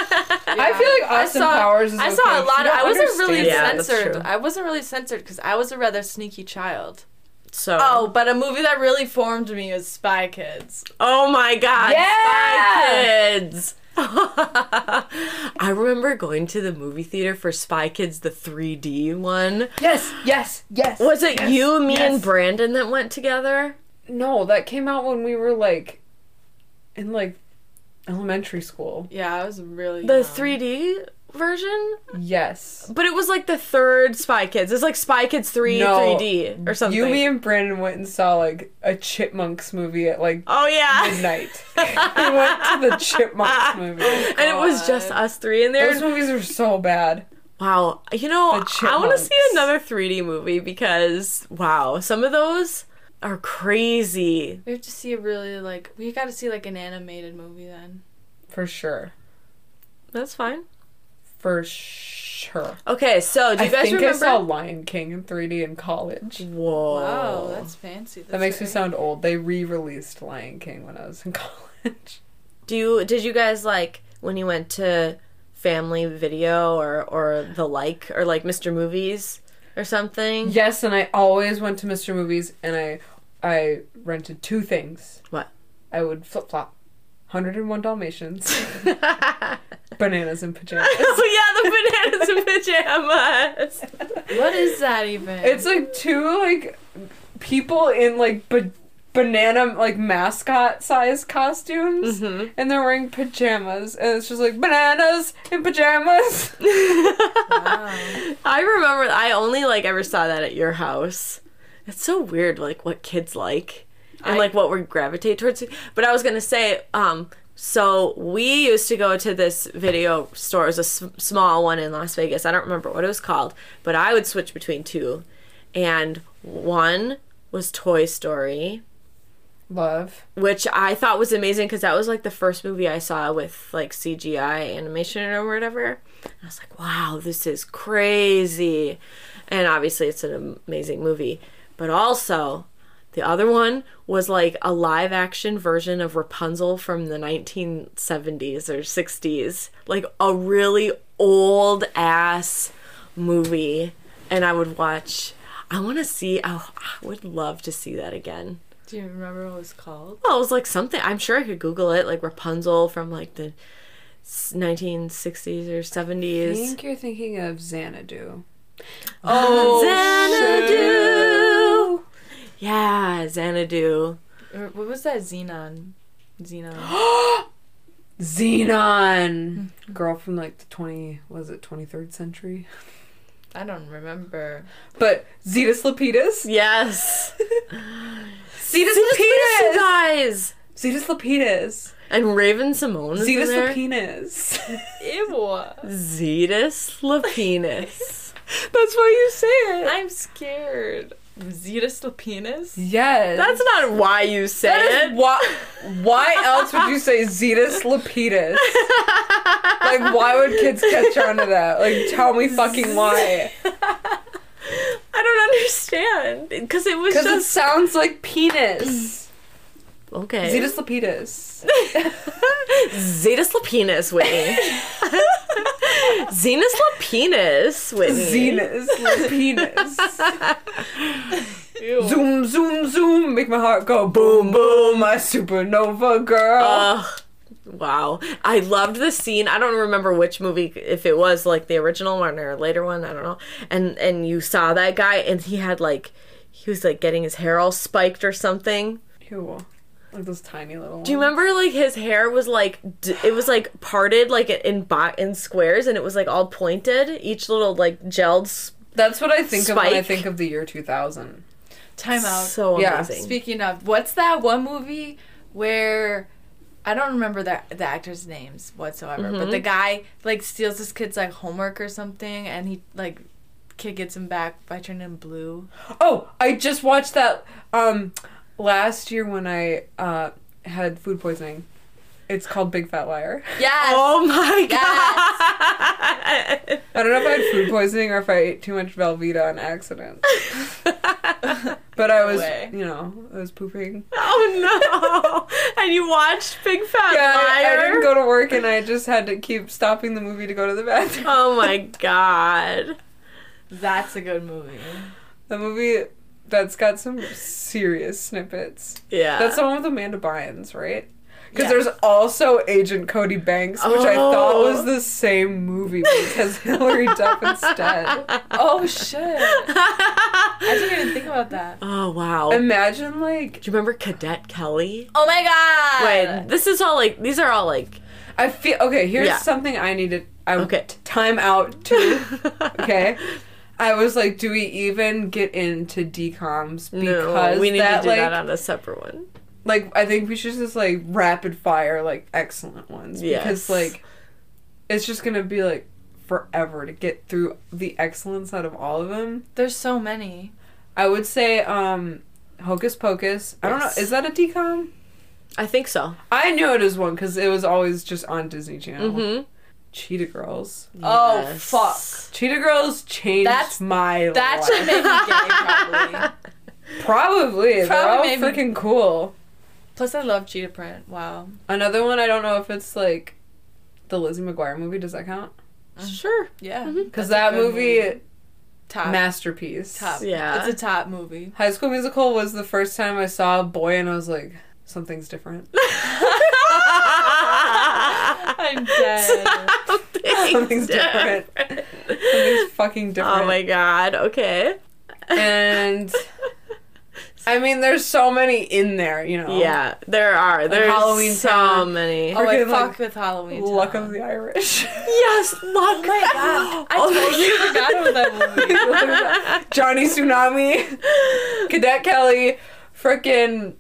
Austin saw- Powers is I saw a okay. lot of. You I wasn't really understand. Yeah, that's censored. true. I wasn't really censored because I was a rather sneaky child. so. Oh, but a movie that really formed me was Spy Kids. Oh my god, Yeah! Spy Kids! I remember going to the movie theater for Spy Kids, the 3D one. Yes, yes, yes. Was it yes, you, me, yes. and Brandon that went together? No, that came out when we were like in like elementary school. Yeah, I was really The young. 3D version? Yes. But it was like the third Spy Kids. It's like Spy Kids 3 No. 3D or something. You, me, and Brandon went and saw like a Chipmunks movie at like oh yeah. midnight. we went to the Chipmunks movie. And it was just Oh God. us three in there. Those movies are so bad. Wow. You know, The I want to see Chipmunks. another 3D movie because, wow, some of those are crazy. We have to see a really like we got to see like an animated movie then. For sure. That's fine. For sure. Okay, so do you I guys think remember? I saw Lion King in 3D in college. Oh. Whoa, Wow, that's fancy. That's That makes me very- sound old. They re-released Lion King when I was in college. do you did you guys like when you went to Family Video or or the like or like Mr. Movies or something? Yes, and I always went to Mr. Movies, and I I rented two things. What? I would flip flop, hundred and one Dalmatians, bananas and pajamas. oh yeah, the bananas and pajamas. What is that even? It's like two like people in like ba- banana like mascot size costumes, Mhm. and they're wearing pajamas, and it's just like bananas and pajamas. wow. I remember. I only like ever saw that at your house. It's so weird, like what kids like and I- like what we gravitate towards. But I was gonna say, um, so we used to go to this video store. It was a s- small one in Las Vegas. I don't remember what it was called, but I would switch between two, and one was Toy Story Love. which I thought was amazing because that was like the first movie I saw with like CGI animation or whatever. And I was like, wow, this is crazy. And obviously, it's an amazing movie. But also, the other one was like a live action version of Rapunzel from the 1970s or 60s, like a really old ass movie. And I would watch, I want to see, oh, I would love to see that again. Do you remember what it was called? Well, it was like something. I'm sure I could Google it, like Rapunzel from like the s- 1960s or 70s. you're thinking of Xanadu. Oh, Xanadu. Yeah, Xanadu. Or What was that? Xenon. Xenon. Xenon. Girl from like the 20, was it 23rd century? I don't remember. But Zetas Lapidus? Yes, Zetas you Lapidus! guys. Zetas Lapidus. And Raven Simone is in Zetas there. Lapinus. Ew. Zetus Lapinus. That's why you say it. I'm scared. Zeta Slopenis? Yes. That's not why you say That it. is why, why else would you say Zetas Lapidus? like, why would kids catch on to that? Like, tell me fucking why. I don't understand because it was Because just it sounds like penis. okay. Zetas Lapidus. Zetus Lapinus, Whitney. Zenus Lapinus, Whitney. Zenus, penis. Ew. zoom, zoom, zoom, make my heart go boom, boom, my supernova girl. Ugh. Uh, Wow. I loved the scene. I don't remember which movie if it was like the original one or a later one, I don't know. And and you saw that guy and he had like he was like getting his hair all spiked or something. Ew. Like those tiny little Do you remember like his hair was like d- it was like parted like in bo- in squares and it was like all pointed, each little like gelled. s- That's what I think of when I Spike? think of the year 2000. Time out. So Yeah, amazing. Speaking of, what's that one movie where I don't remember the the actors' names whatsoever, but Mm-hmm. the guy like steals his kid's like homework or something, and he like kid gets him back by turning him blue. Oh, I just watched that um last year when I uh had food poisoning. It's called Big Fat Liar. Yes. oh my god. I don't know if I had food poisoning or if I ate too much Velveeta on accident. But I was, way. you know, I was pooping. oh no. and you watched Big Fat Yeah, I, I Liar. didn't go to work and I just had to keep stopping the movie to go to the bathroom. oh my god. That's a good movie. The movie that's got some serious snippets. Yeah. That's the one with Amanda Bynes, right? Because Yeah. there's also Agent Cody Banks, which I thought Oh. was the same movie, but it has Hillary Duff instead. Oh shit! I didn't even think about that. oh wow. Imagine like Do you remember Cadet Kelly? Oh my god! Wait, this is all like these are all like I feel okay. Here's Yeah. something I needed. I Okay. time out too. okay. I was like, do we even get into decoms? Because no, we need that, to do like, that on a separate one. like I think we should just like rapid fire like excellent ones because Yes. like it's just gonna be like forever to get through the excellence out of all of them. There's so many. I would say um Hocus Pocus. I don't know. Yes. Is that a decom? I think so. I knew it was one because it was always just on Disney Channel. Mm-hmm. Mhm. Cheetah Girls. Oh Yes. fuck! Cheetah Girls changed That's- my That life. should make me gay probably. Probably. They're all Probably made me- freaking cool. Plus, I love cheetah print. Wow. Another one. I don't know if it's like the Lizzie McGuire movie. Does that count? Sure. Yeah. Because That's that a good movie, top. masterpiece. top. Yeah. It's a top movie. High School Musical was the first time I saw a boy, and I was like, something's different. I'm dead. Something's different. Something's fucking different. Oh my god. Okay. And I mean, there's so many in there, you know. Yeah, there are. There's Halloween so Town. many. oh, I Freaking, like, fuck with Halloween. Luck Town. of the Irish. Yes, look. Oh my God. I totally forgot about that movie. Johnny Tsunami, Cadet Kelly, frickin'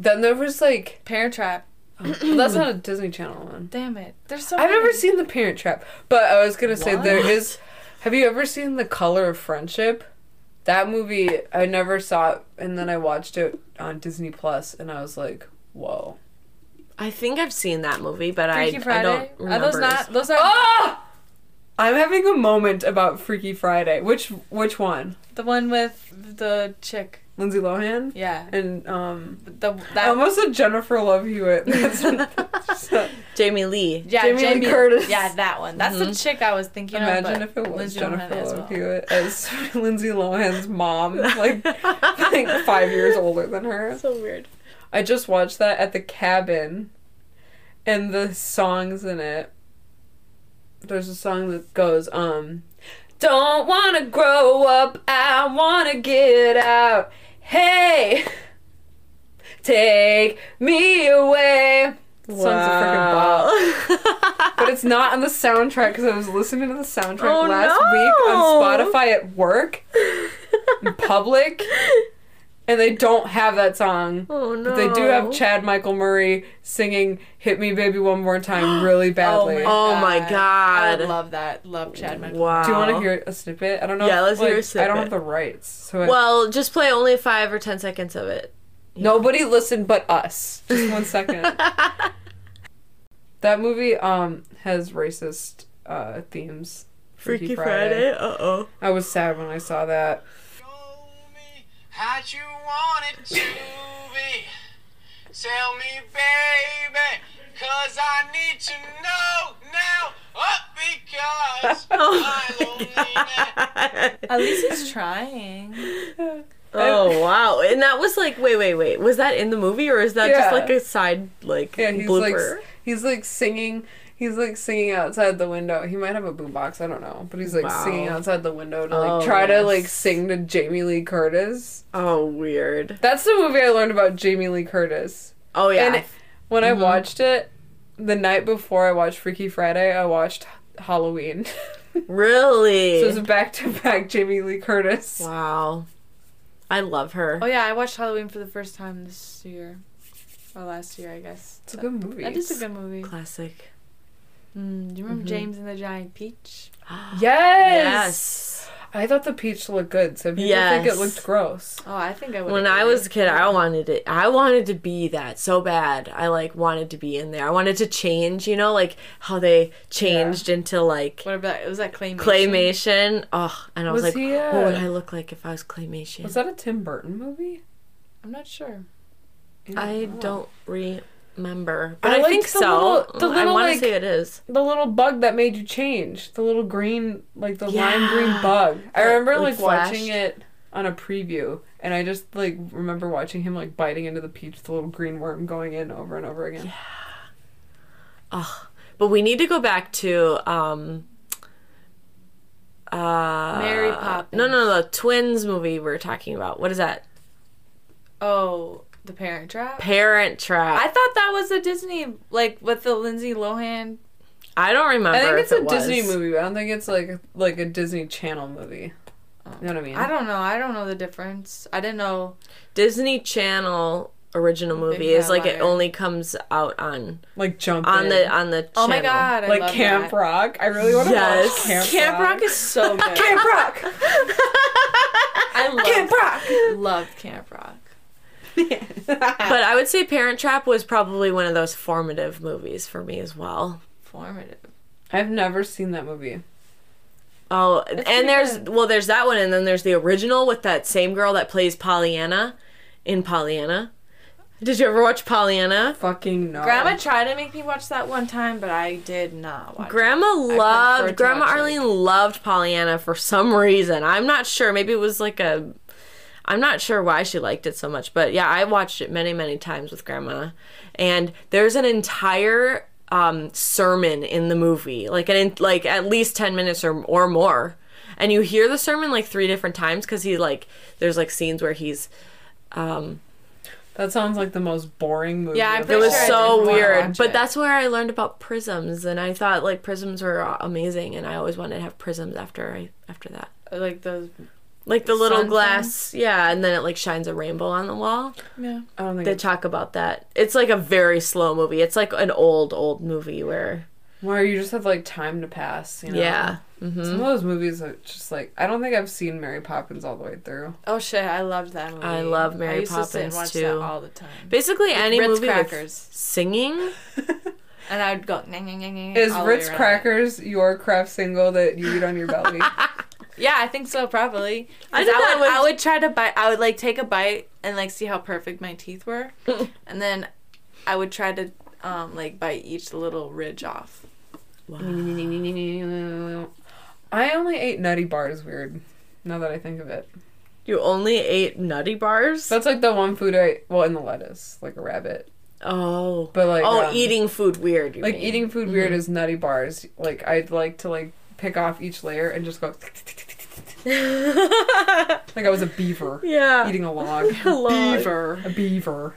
Then there was like Parent Trap. well, that's not a Disney Channel one. Damn it. There's so. I've many. never seen The Parent Trap, but I was gonna say there What? is. Have you ever seen The Color of Friendship? That movie I never saw, it, and then I watched it on Disney Plus, and I was like, "Whoa!" I think I've seen that movie, but I, Freaky I Friday. don't Are remember. those not? Those are Ah! I'm having a moment about Freaky Friday. Which which one? the one with the chick. Lindsay Lohan Yeah. and um. The I that. almost said Jennifer Love Hewitt. That's Jamie Lee. yeah, Jamie Lee Jamie Curtis. Mm-hmm. Yeah, that one. That's the chick I was thinking of. Imagine but if it was Lindsay Lohan Jennifer as Love well. Hewitt as Lindsay Lohan's mom, like like five years older than her. So weird. I just watched that at the cabin, and the songs in it. There's a song that goes, um, "Don't wanna grow up, I wanna get out. Hey, take me away." That Song's a freaking bop. But it's not on the soundtrack because I was listening to the soundtrack Oh, last week no. on Spotify at work, in public, and they don't have that song. oh no. But they do have Chad Michael Murray singing "Hit Me, Baby, One More Time" really badly. God. Oh my I would God. love that. Love Chad Michael. Wow. Do you want to hear a snippet? I don't know. Yeah, if, let's hear a I don't have snippet. the rights, so I- Well, just play only five or ten seconds of it. nobody listened but us. Just one second. that movie um has racist uh themes. Uh oh. I was sad when I saw that. Show me how you want it to be. Tell me, baby, cause I need to know now. Up because Oh my loneliness. At least he's trying. Oh wow! And that was like, wait, wait, wait. Was that in the movie, or is that Yeah. just like a side like Yeah, he's like blooper? he's like singing He's like singing outside the window. He might have a boombox. I don't know, but he's like Wow. singing outside the window to like Oh, try to yes. like sing to Jamie Lee Curtis. Oh, weird. That's the movie I learned about Jamie Lee Curtis. Oh yeah. Mm-hmm. And when I watched it, the night before I watched Freaky Friday, I watched Halloween. really. so it's back to back Jamie Lee Curtis. wow. I love her. Oh yeah, I watched Halloween for the first time this year, or last year, I guess. It's a good movie. That is a good movie. Classic. Mm, do you remember James and the Giant Peach? Yes. Yes. I thought the peach looked good, so people think Yes. it looked gross. Oh, I think I would. When I was a kid, I wanted it. I wanted to be that so bad. I like wanted to be in there. I wanted to change. You know, like how they changed into like What about it was that claymation? claymation. Oh, and I was, Was like, he, uh, what would I look like if I was claymation? Was that a Tim Burton movie? I'm not sure. I know. don't remember, but I I, liked think the so. little- the I little, want like- to say it is. the little bug that made you change the little green like the lime green Yeah. bug i That, remember like, like watching flashed. it on a preview and i just like remember watching him like biting into the peach the little green worm going in over and over again But we need to go back to um uh Mary Poppins. No, no, the twins movie we were talking about. What is that? Oh, The Parent Trap. Parent I Trap. thought that was a Disney, like with the Lindsay Lohan. I, don't remember. i think it's if a it disney was. movie but i don't think it's like like a disney channel movie you know what i mean I don't know. I don't know the difference. I didn't know. Disney Channel original movie Big is like Fat it Liar. only comes out on like jump on in. the on the Oh my channel. god! I like love camp that. rock i really want to Yes. watch camp, Camp rock, Rock is so good. camp rock I love camp rock loved Camp Rock. But I would say Parent Trap was probably one of those formative movies for me as well. Formative. i've never seen that movie Oh, pretty and there's good. well, there's that one, and then there's the original with that same girl that plays Pollyanna in Pollyanna. Did you ever watch Pollyanna? fucking no Grandma tried to make me watch that one time, but I did not watch. it. Grandma prefer to loved Grandma watch it. Arlene loved Pollyanna for some reason. I'm not sure. Maybe it was like a I'm not sure why she liked it so much, but yeah, I watched it many, many times with Grandma. And there's an entire um, sermon in the movie, like an like at least ten minutes or or more, and you hear the sermon like three different times because he like there's like scenes where he's um, that sounds like the most boring movie Yeah, I'm of it pretty all. was sure I didn't so wanna weird. watch But it. that's where I learned about prisms, and I thought like prisms were a- amazing, and I always wanted to have prisms after I after that. Like those. Like the little Sun glass, yeah, and then it like shines a rainbow on the wall. Yeah. i don't think They talk about that. It's like a very slow movie. It's like an old old movie where Where you just have like time to pass, you know? yeah, hmm Some of those movies are just like I don't think I've seen Mary Poppins all the way through. Oh shit! I loved that movie. I love Mary I used to sit and Poppins, watch too. That all the time. basically any Ritz movie with crackers. singing. and I'd go. "Nyeh, nyeh, nyeh, nyeh," Is all the way Ritz around. Crackers your craft single that you eat on your belly? Yeah, I think so. Probably. 'Cause I I, did that would. with- I would try to bite. I would like take a bite and like see how perfect my teeth were, and then I would try to um like bite each little ridge off. Wow. I only ate nutty bars weird. Now that I think of it, You only ate nutty bars. that's like the one food I well in the lettuce, like a rabbit. oh, But like oh, um, eating food weird. you like mean. eating food weird is nutty bars. Like I'd like to like pick off each layer and just go like I was a beaver yeah. eating a log. a log. A beaver.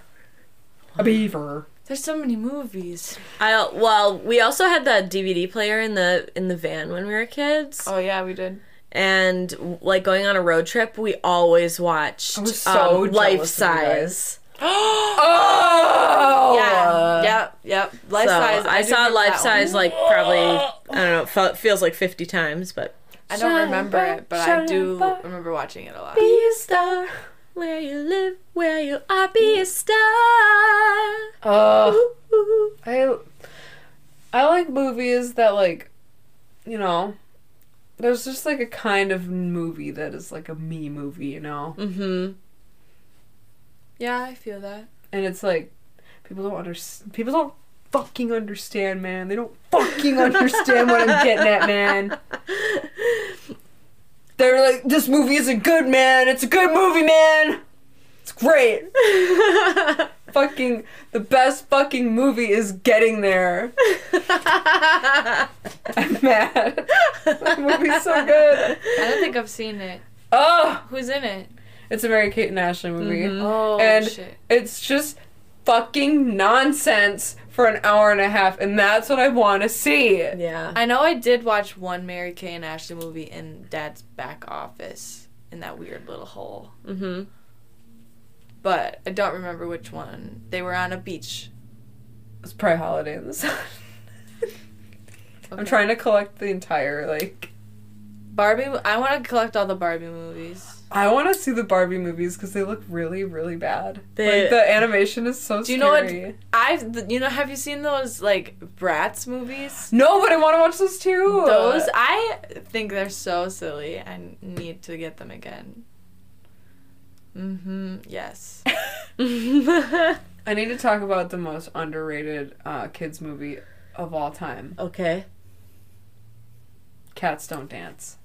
A beaver. There's so many movies. I well, we also had that DVD player in the in the van when we were kids, Oh yeah, we did. and like going on a road trip, we always watched um, I was so jealous of you Life Size. Oh! Yeah. Yep. Yep. Life so size. I, do saw remember that Life one. Size like probably I don't know, it felt, feels like fifty times, but I don't remember Shine it, but I bright, do shine bright. remember watching it a lot. be a star where you live, where you are, be a star. Oh, I, I like movies that like, you know, there's just like a kind of movie that is like a me movie, you know, Mm-hmm. Yeah, I feel that. and it's like people don't understand. People don't fucking understand, man. They don't fucking understand what I'm getting at, man. They're like, this movie isn't good, man. It's a good movie, man. It's great. fucking the best fucking movie is getting there. I'm mad. that movie's so good. I don't think I've seen it. Oh, Who's in it? it's a Mary Kate and Ashley movie. Oh And- shit. It's just fucking nonsense for an hour and a half, and that's what I want to see. Yeah. I know I did watch one Mary Kay and Ashley movie in Dad's back office in that weird little hole, Mm-hmm. but I don't remember which one. They were on a beach. It's probably Holiday in the Sun. I'm Okay. trying to collect the entire like. Barbie. mo- I want to collect all the Barbie movies. I want to see the Barbie movies because they look really, really bad. They- like the animation is so. Do you know what- scary. I've th- you know have you seen those like Bratz movies? No, but I want to watch those too. Those I think they're so silly. I need to get them again. Mm-hmm. Yes. I need to talk about the most underrated uh, kids movie of all time. okay. Cats Don't Dance.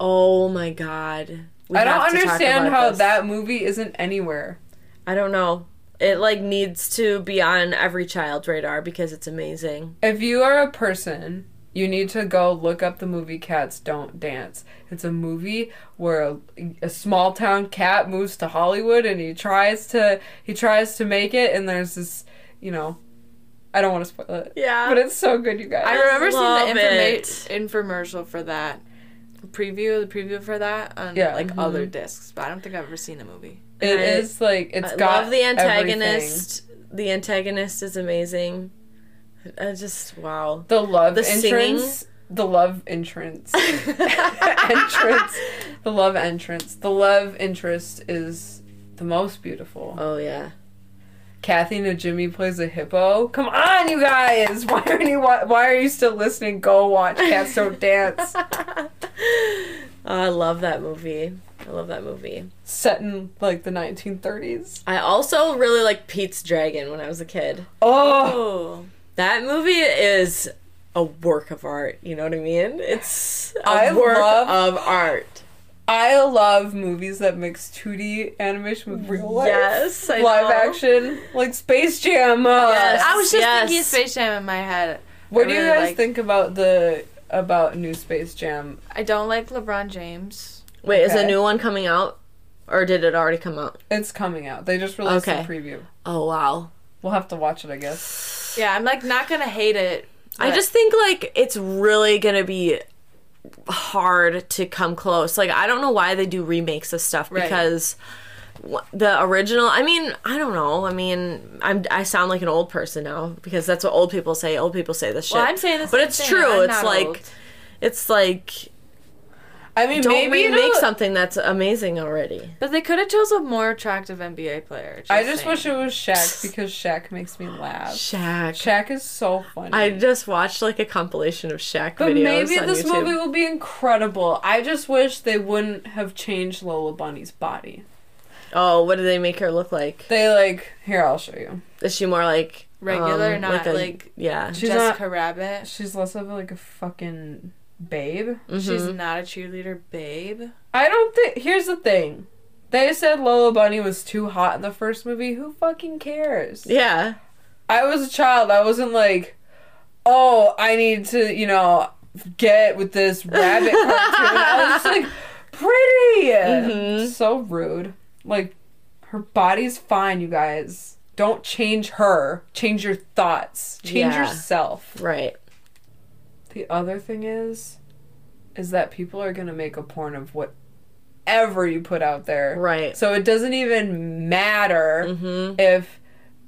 Oh my god. We I don't have to talk understand about how this. that movie isn't anywhere. I don't know. It like needs to be on every child's radar because it's amazing. If you are a person, you need to go look up the movie Cats Don't Dance. It's a movie where a, a small town cat moves to Hollywood and he tries to he tries to make it and there's this, you know, I don't want to spoil it. Yeah. But it's so good, you guys. I remember seeing love the it. informa- infomercial for that preview, the preview for that on Yeah. like mm-hmm. Mhm. other discs, but I don't think I've ever seen the movie. It I- is like it's I got love the antagonist. The antagonist is amazing. I just wow. The love The entrance. The love entrance. entrance. The love entrance. The love interest is the most beautiful. Oh yeah. Kathy Najimy plays a hippo. Come on, you guys! Why are you wa- Why are you still listening? Go watch Cats Don't Dance. Oh, I love that movie. I love that movie. Set in like the 1930s. I also really like Pete's Dragon when I was a kid. Oh, Oh, That movie is a work of art. You know what I mean? It's a I work love- of art. I love movies that mix 2D animation with real life. Yes, I live know. action like Space Jam. uh, Yes. I was just yes. thinking of Space Jam in my head. What I do you really guys like- think about the about new Space Jam? I don't like LeBron James. Wait, is a Okay. new one coming out, or did it already come out? It's coming out. They just released Okay. the preview. Oh wow. We'll have to watch it, I guess. Yeah, I'm like not gonna hate it. I but- just think like it's really gonna be hard to come close. Like I don't know why they do remakes of stuff Right. because wh- the original. I mean, I don't know. I mean, I'm I sound like an old person now because that's what old people say. Old people say this shit. Well, I'm saying this, but it's true. It's like it's like I mean, don't maybe remake it'll- something that's amazing already. but they could have chose a more attractive NBA player. I just saying. wish it was Shaq because Shaq makes me laugh. Shaq. Shaq is so funny. I just watched like a compilation of Shaq but videos maybe on this YouTube. movie will be incredible. I just wish they wouldn't have changed Lola Bunny's body. oh, what do they make her look like? They like here. I'll show you. Is she more like regular, um, not like, a- yeah? She's Jessica Rabbit. She's less of like a fucking babe. She's Mhm. not a cheerleader, babe. I don't think. Here's the thing. They said Lola Bunny was too hot in the first movie. Who fucking cares? yeah. I was a child. I wasn't like, oh, I need to, you know, get with this rabbit cartoon. I was just like, pretty. Mhm. So rude. Like, her body's fine, you guys. Don't change her. Change your thoughts. Change Yeah. yourself. Right. The other thing is, is that people are gonna make a porn of whatever you put out there. Right. So it doesn't even matter Mm-hmm. if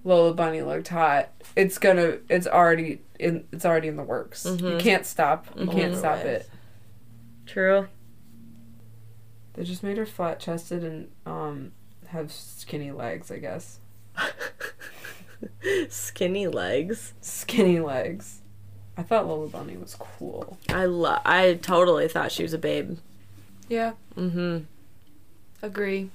Lola Bunny looked hot, it's gonna it's already in it's already in the works. You Mm-hmm. Mhm. can't stop. You can't Mhm. stop it. True. They just made her flat chested and um have skinny legs, I guess. Skinny legs. Skinny legs. I thought Lola Bunny was cool. I love. I totally thought she was a babe. Yeah, Mm-hmm. agree.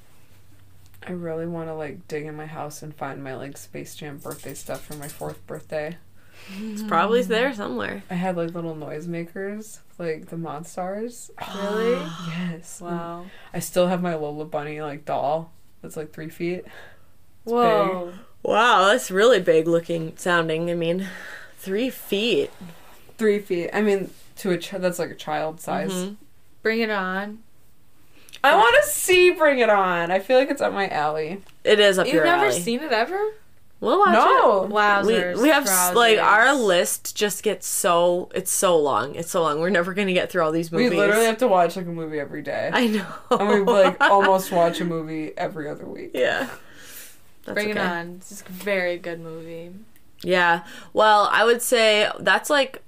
I really want to like dig in my house and find my like Space Jam birthday stuff for my fourth birthday. It's probably there somewhere. I had like little noisemakers, like the Monstars. Really? yes. Wow. I still have my Lola Bunny like doll that's like three feet. Whoa. Wow, that's really big looking sounding. I mean, three feet. Three feet. I mean, to a ch- that's like a child size. Mm-hmm. Bring it on. I want to see Bring It On. I feel like it's up my alley. It is up You've your never alley. seen it ever? We'll watch No. it. Wowzers, We, we have s- like our trousers. list just gets so it's so long. It's so long. We're never gonna get through all these We movies. literally have to watch like a movie every day. I know. and we like almost watch a movie every other week. Yeah. That's Bring okay. it on. It's just a very good movie. Yeah. Well, I would say that's like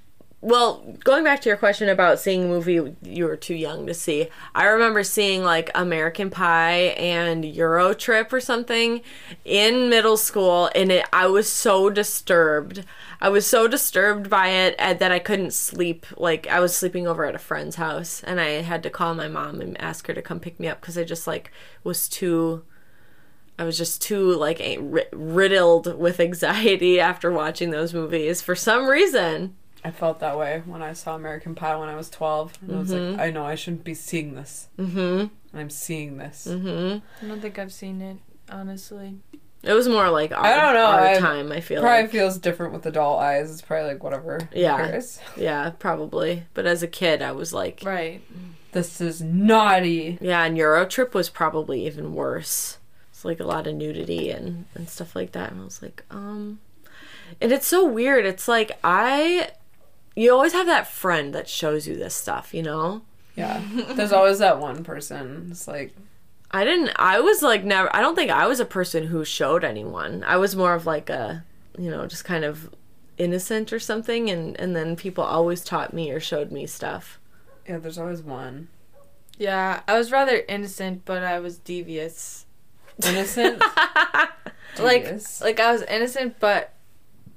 well, going back to your question about seeing a movie you were too young to see, I remember seeing like American Pie and Euro Trip or something in middle school, and it, I was so disturbed. I was so disturbed by it uh, that I couldn't sleep. Like I was sleeping over at a friend's house, and I had to call my mom and ask her to come pick me up because I just like was too I was just too like a- ri- riddled with anxiety after watching those movies for some reason. I felt that way when I saw American Pie when I was 12. And I was Mm-hmm. like, I know I shouldn't be seeing this. Mm-hmm. And I'm seeing this. Mm. I don't think I've seen it, honestly. mm-hmm. It was more like our, I don't know, our I- time. I feel Probably like feels different with adult eyes. It's probably like, whatever. who Yeah. cares? yeah, probably. But as a kid, I was like, Right. This is naughty. yeah, and Euro Trip was probably even worse. It's like a lot of nudity and and stuff like that. And I was like, um, and it's so weird. It's like I, you always have that friend that shows you this stuff, you know. Yeah. There's always that one person. It's like, I didn't. I was like never. I don't think I was a person who showed anyone. I was more of like a, you know, just kind of innocent or something. And and then people always taught me or showed me stuff. yeah, there's always one. Yeah, I was rather innocent, but I was devious. Innocent. devious. Like, like I was innocent, but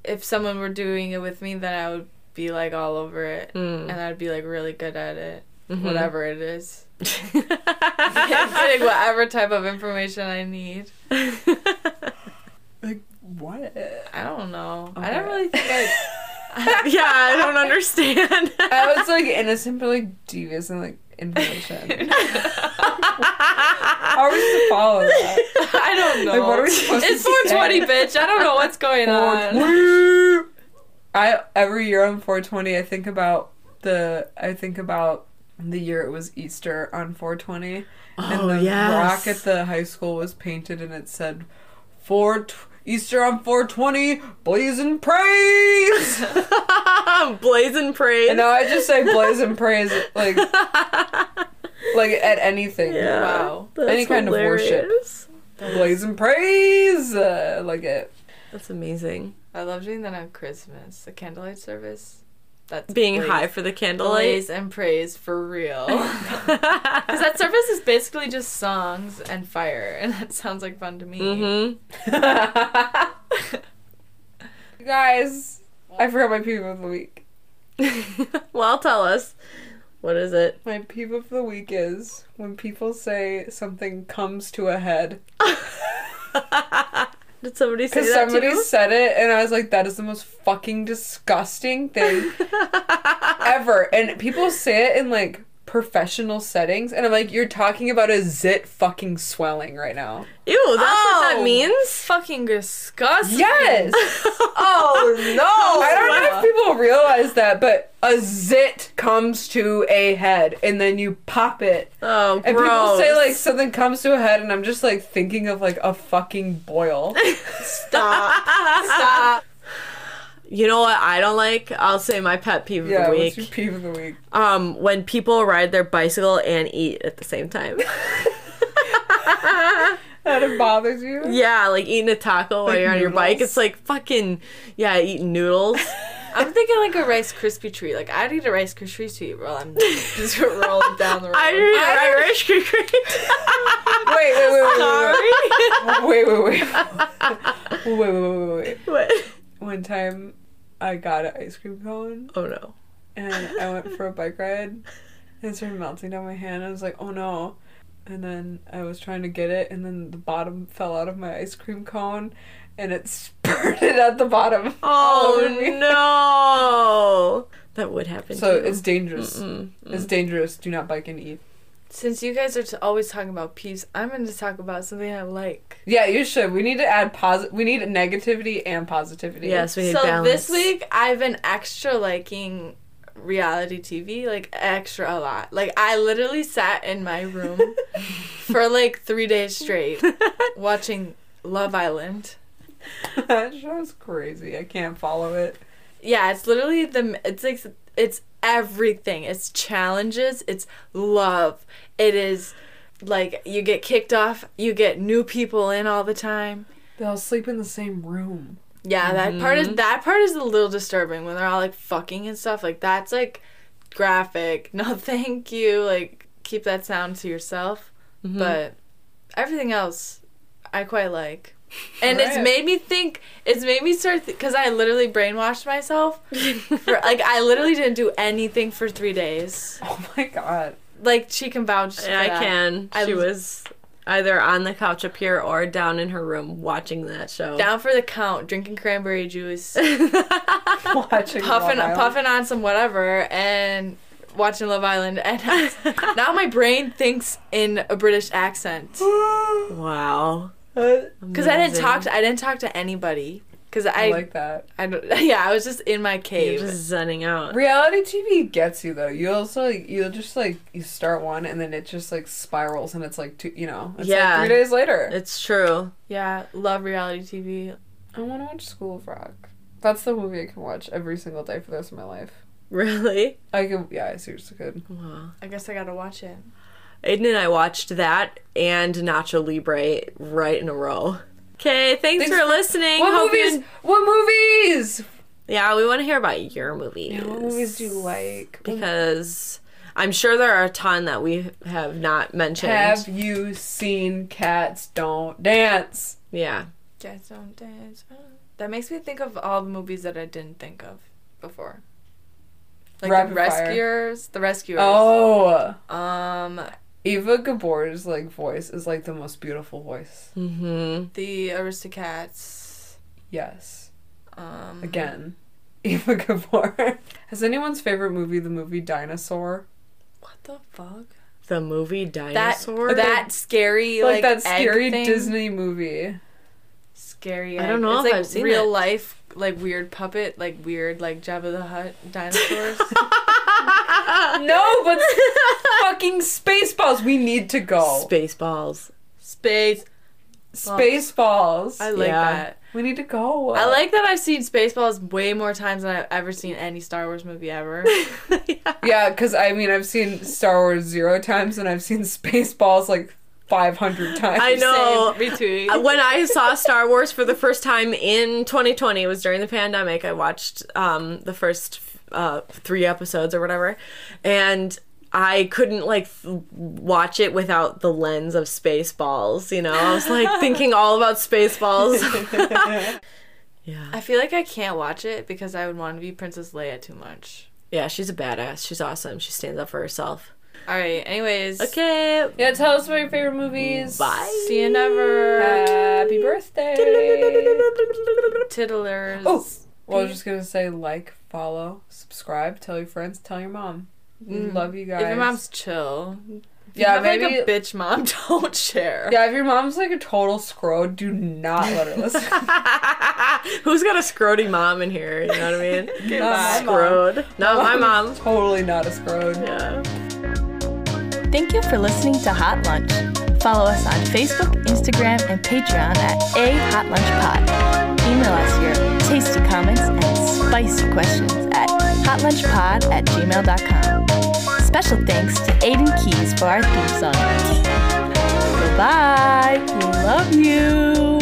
if someone were doing it with me, then I would be like all over it, Mm. Hmm. and I'd be like really good at it, Mhm. whatever it is. Getting whatever type of information I need. like, what? I don't know. I Okay. don't really think I. yeah, I don't understand. I was like innocent, but like devious and like information. How are we supposed to follow that? I don't know. Like, what are we supposed it's to 420, bitch. I don't know what's going on. I every year on 420, I think about the I think about the year it was Easter on 420, Oh, and the yes. rock at the high school was painted, and it said four tw- Easter on 420, blazing praise. Blazing praise. and now I just say blazing praise like like at anything. Yeah. Wow. That's Any kind of worship. hilarious. Blazing praise, uh, like it. That's amazing. I love doing that on Christmas. The candlelight service. That's Being praise. high for the candlelight. Blaze and praise for real. Because that service is basically just songs and fire, and that sounds like fun to me. hmm You guys, I forgot my peeve of the week. well, tell us. What is it? My peeve of the week is when people say something comes to a head. Did somebody say Because that somebody to you? said it, and I was like, that is the most fucking disgusting thing ever. And people say it in like professional settings, and I'm like, you're talking about a zit fucking swelling right now. Ew, that's what that Oh. means? Fucking disgusting. Yes! oh, No, I don't know if people realize that, but a zit comes to a head, and then you pop it. Oh, And gross. people say like something comes to a head, and I'm just like thinking of like a fucking boil. Stop. Stop. you know what I don't like? I'll say my pet peeve of yeah, the what's week. your peeve of the week? Um, when people ride their bicycle and eat at the same time. That it bothers you? yeah, like eating a taco while Like you're on your bike. noodles? It's like fucking, yeah, eating noodles. I'm thinking like a Rice Krispie treat. Like, I'd eat a Rice Krispie treat while I'm just rolling down the road. I I- eat Irish Wait, wait, wait, wait, wait, wait. wait, wait, wait. wait, wait, wait, wait, wait. What? One time I got an ice cream cone Oh no. and I went for a bike ride and it started melting down my hand. I was like, oh no. And then I was trying to get it and then the bottom fell out of my ice cream cone and it spurted at the bottom. all over me. Oh no. That would happen. So to you. it's dangerous. Mm, It's dangerous. Do not bike and eat. Since you guys are t- always talking about peeps, I'm going to talk about something I like. Yeah, you should. We need to add posit. We need negativity and positivity. Yes, we need so balance. this week I've been extra liking reality TV, like extra a lot. Like I literally sat in my room for like three days straight watching Love Island. that show's crazy. I can't follow it. Yeah, it's literally the it's like it's everything. It's challenges, it's love. It is like you get kicked off, you get new people in all the time. They all sleep in the same room. Yeah, that part Mm-hmm. is that part is a little disturbing when they're all like fucking and stuff. Like that's like graphic. No, thank you. Like keep that sound to yourself. Mm-hmm. But everything else, I quite like. And it's Right. made me think. It's made me start because I literally brainwashed myself. For, like I literally didn't do anything for three days. Oh my god. Like she can vouch. for Yeah, I that. can. I she was- was either on the couch up here or down in her room watching that show. Down for the count, drinking cranberry juice, Watching puffing Love Island. puffing on some whatever, and watching Love Island. And now my brain thinks in a British accent. wow. Because I didn't Amazing. talk. To, I didn't talk to anybody. Because I, I I, like that. don't. Yeah, I was just in my You're cave. just zenning out. Reality TV gets you though. You also like, you'll just like you start one and then it just like spirals and it's like two you know it's Yeah. like three days later. It's true. yeah, love reality TV. I want to watch School of Rock. That's the movie I can watch every single day for the rest of my life. Really? I could yeah I seriously could. Wow. I guess I gotta watch it. Aiden and I watched that and Nacho Libre right in a row. Okay, thanks, Thanks for for- listening. What Hope you- movies? What movies? Yeah, we want to hear about your movies. Yeah, what movies do you like? Because I'm sure there are a ton that we have not mentioned. Have you seen Cats Don't Dance? Yeah. Cats don't dance. uh. That makes me think of all the movies that I didn't think of before. Like Rapid the Fire. rescuers, the rescuers. Oh, Um, Eva Gabor's like voice is like the most beautiful voice. Mm-hmm. the Aristocats. Yes, Um, again, Eva Gabor. Has anyone's favorite movie the movie Dinosaur? What the fuck? The movie That Dinosaur. that scary Like, like, that egg scary thing? Disney movie. Scary. I egg. don't know It's if like I've seen real it. life, like weird puppet, like weird, like Jabba the Hutt dinosaurs. No, but fucking Spaceballs. We need to go. Oh. Spaceballs. Space. Spaceballs. I like Yeah. that. we need to go. I like that I've seen Spaceballs way more times than I've ever seen any Star Wars movie ever. Yeah, because I mean, I've seen Star Wars zero times and I've seen Spaceballs like 500 times. I know. Same, retweet. Uh, when I saw Star Wars for the first time in 2020, it was during the pandemic. I watched um, the first uh, three episodes or whatever, and I couldn't like f- watch it without the lens of Spaceballs. You know, I was like thinking all about Spaceballs. yeah, I feel like I can't watch it because I would want to be Princess Leia too much. yeah, she's a badass. She's awesome. She stands up for herself. All right. Anyways. Okay, Yeah, tell us about your favorite movies. bye. See you never. Happy birthday. Tiddlers. Oh, well, I was just gonna say like, follow, subscribe, tell your friends, tell your mom. We Love you guys. Mm. If your mom's chill. If yeah, you have, maybe. like a bitch mom, don't share. yeah, if your mom's like a total scro, do not let her listen. Who's got a scrody mom in here? You know what I mean? bye. Scrode. No, my mom. totally not a scro. Yeah. Thank you for listening to Hot Lunch. Follow us on Facebook, Instagram, and Patreon at A Hot Lunch Pod. Email us your tasty comments and spicy questions at hotlunchpod at gmail.com. Special thanks to Aiden Keys for our theme song. Goodbye. We love you.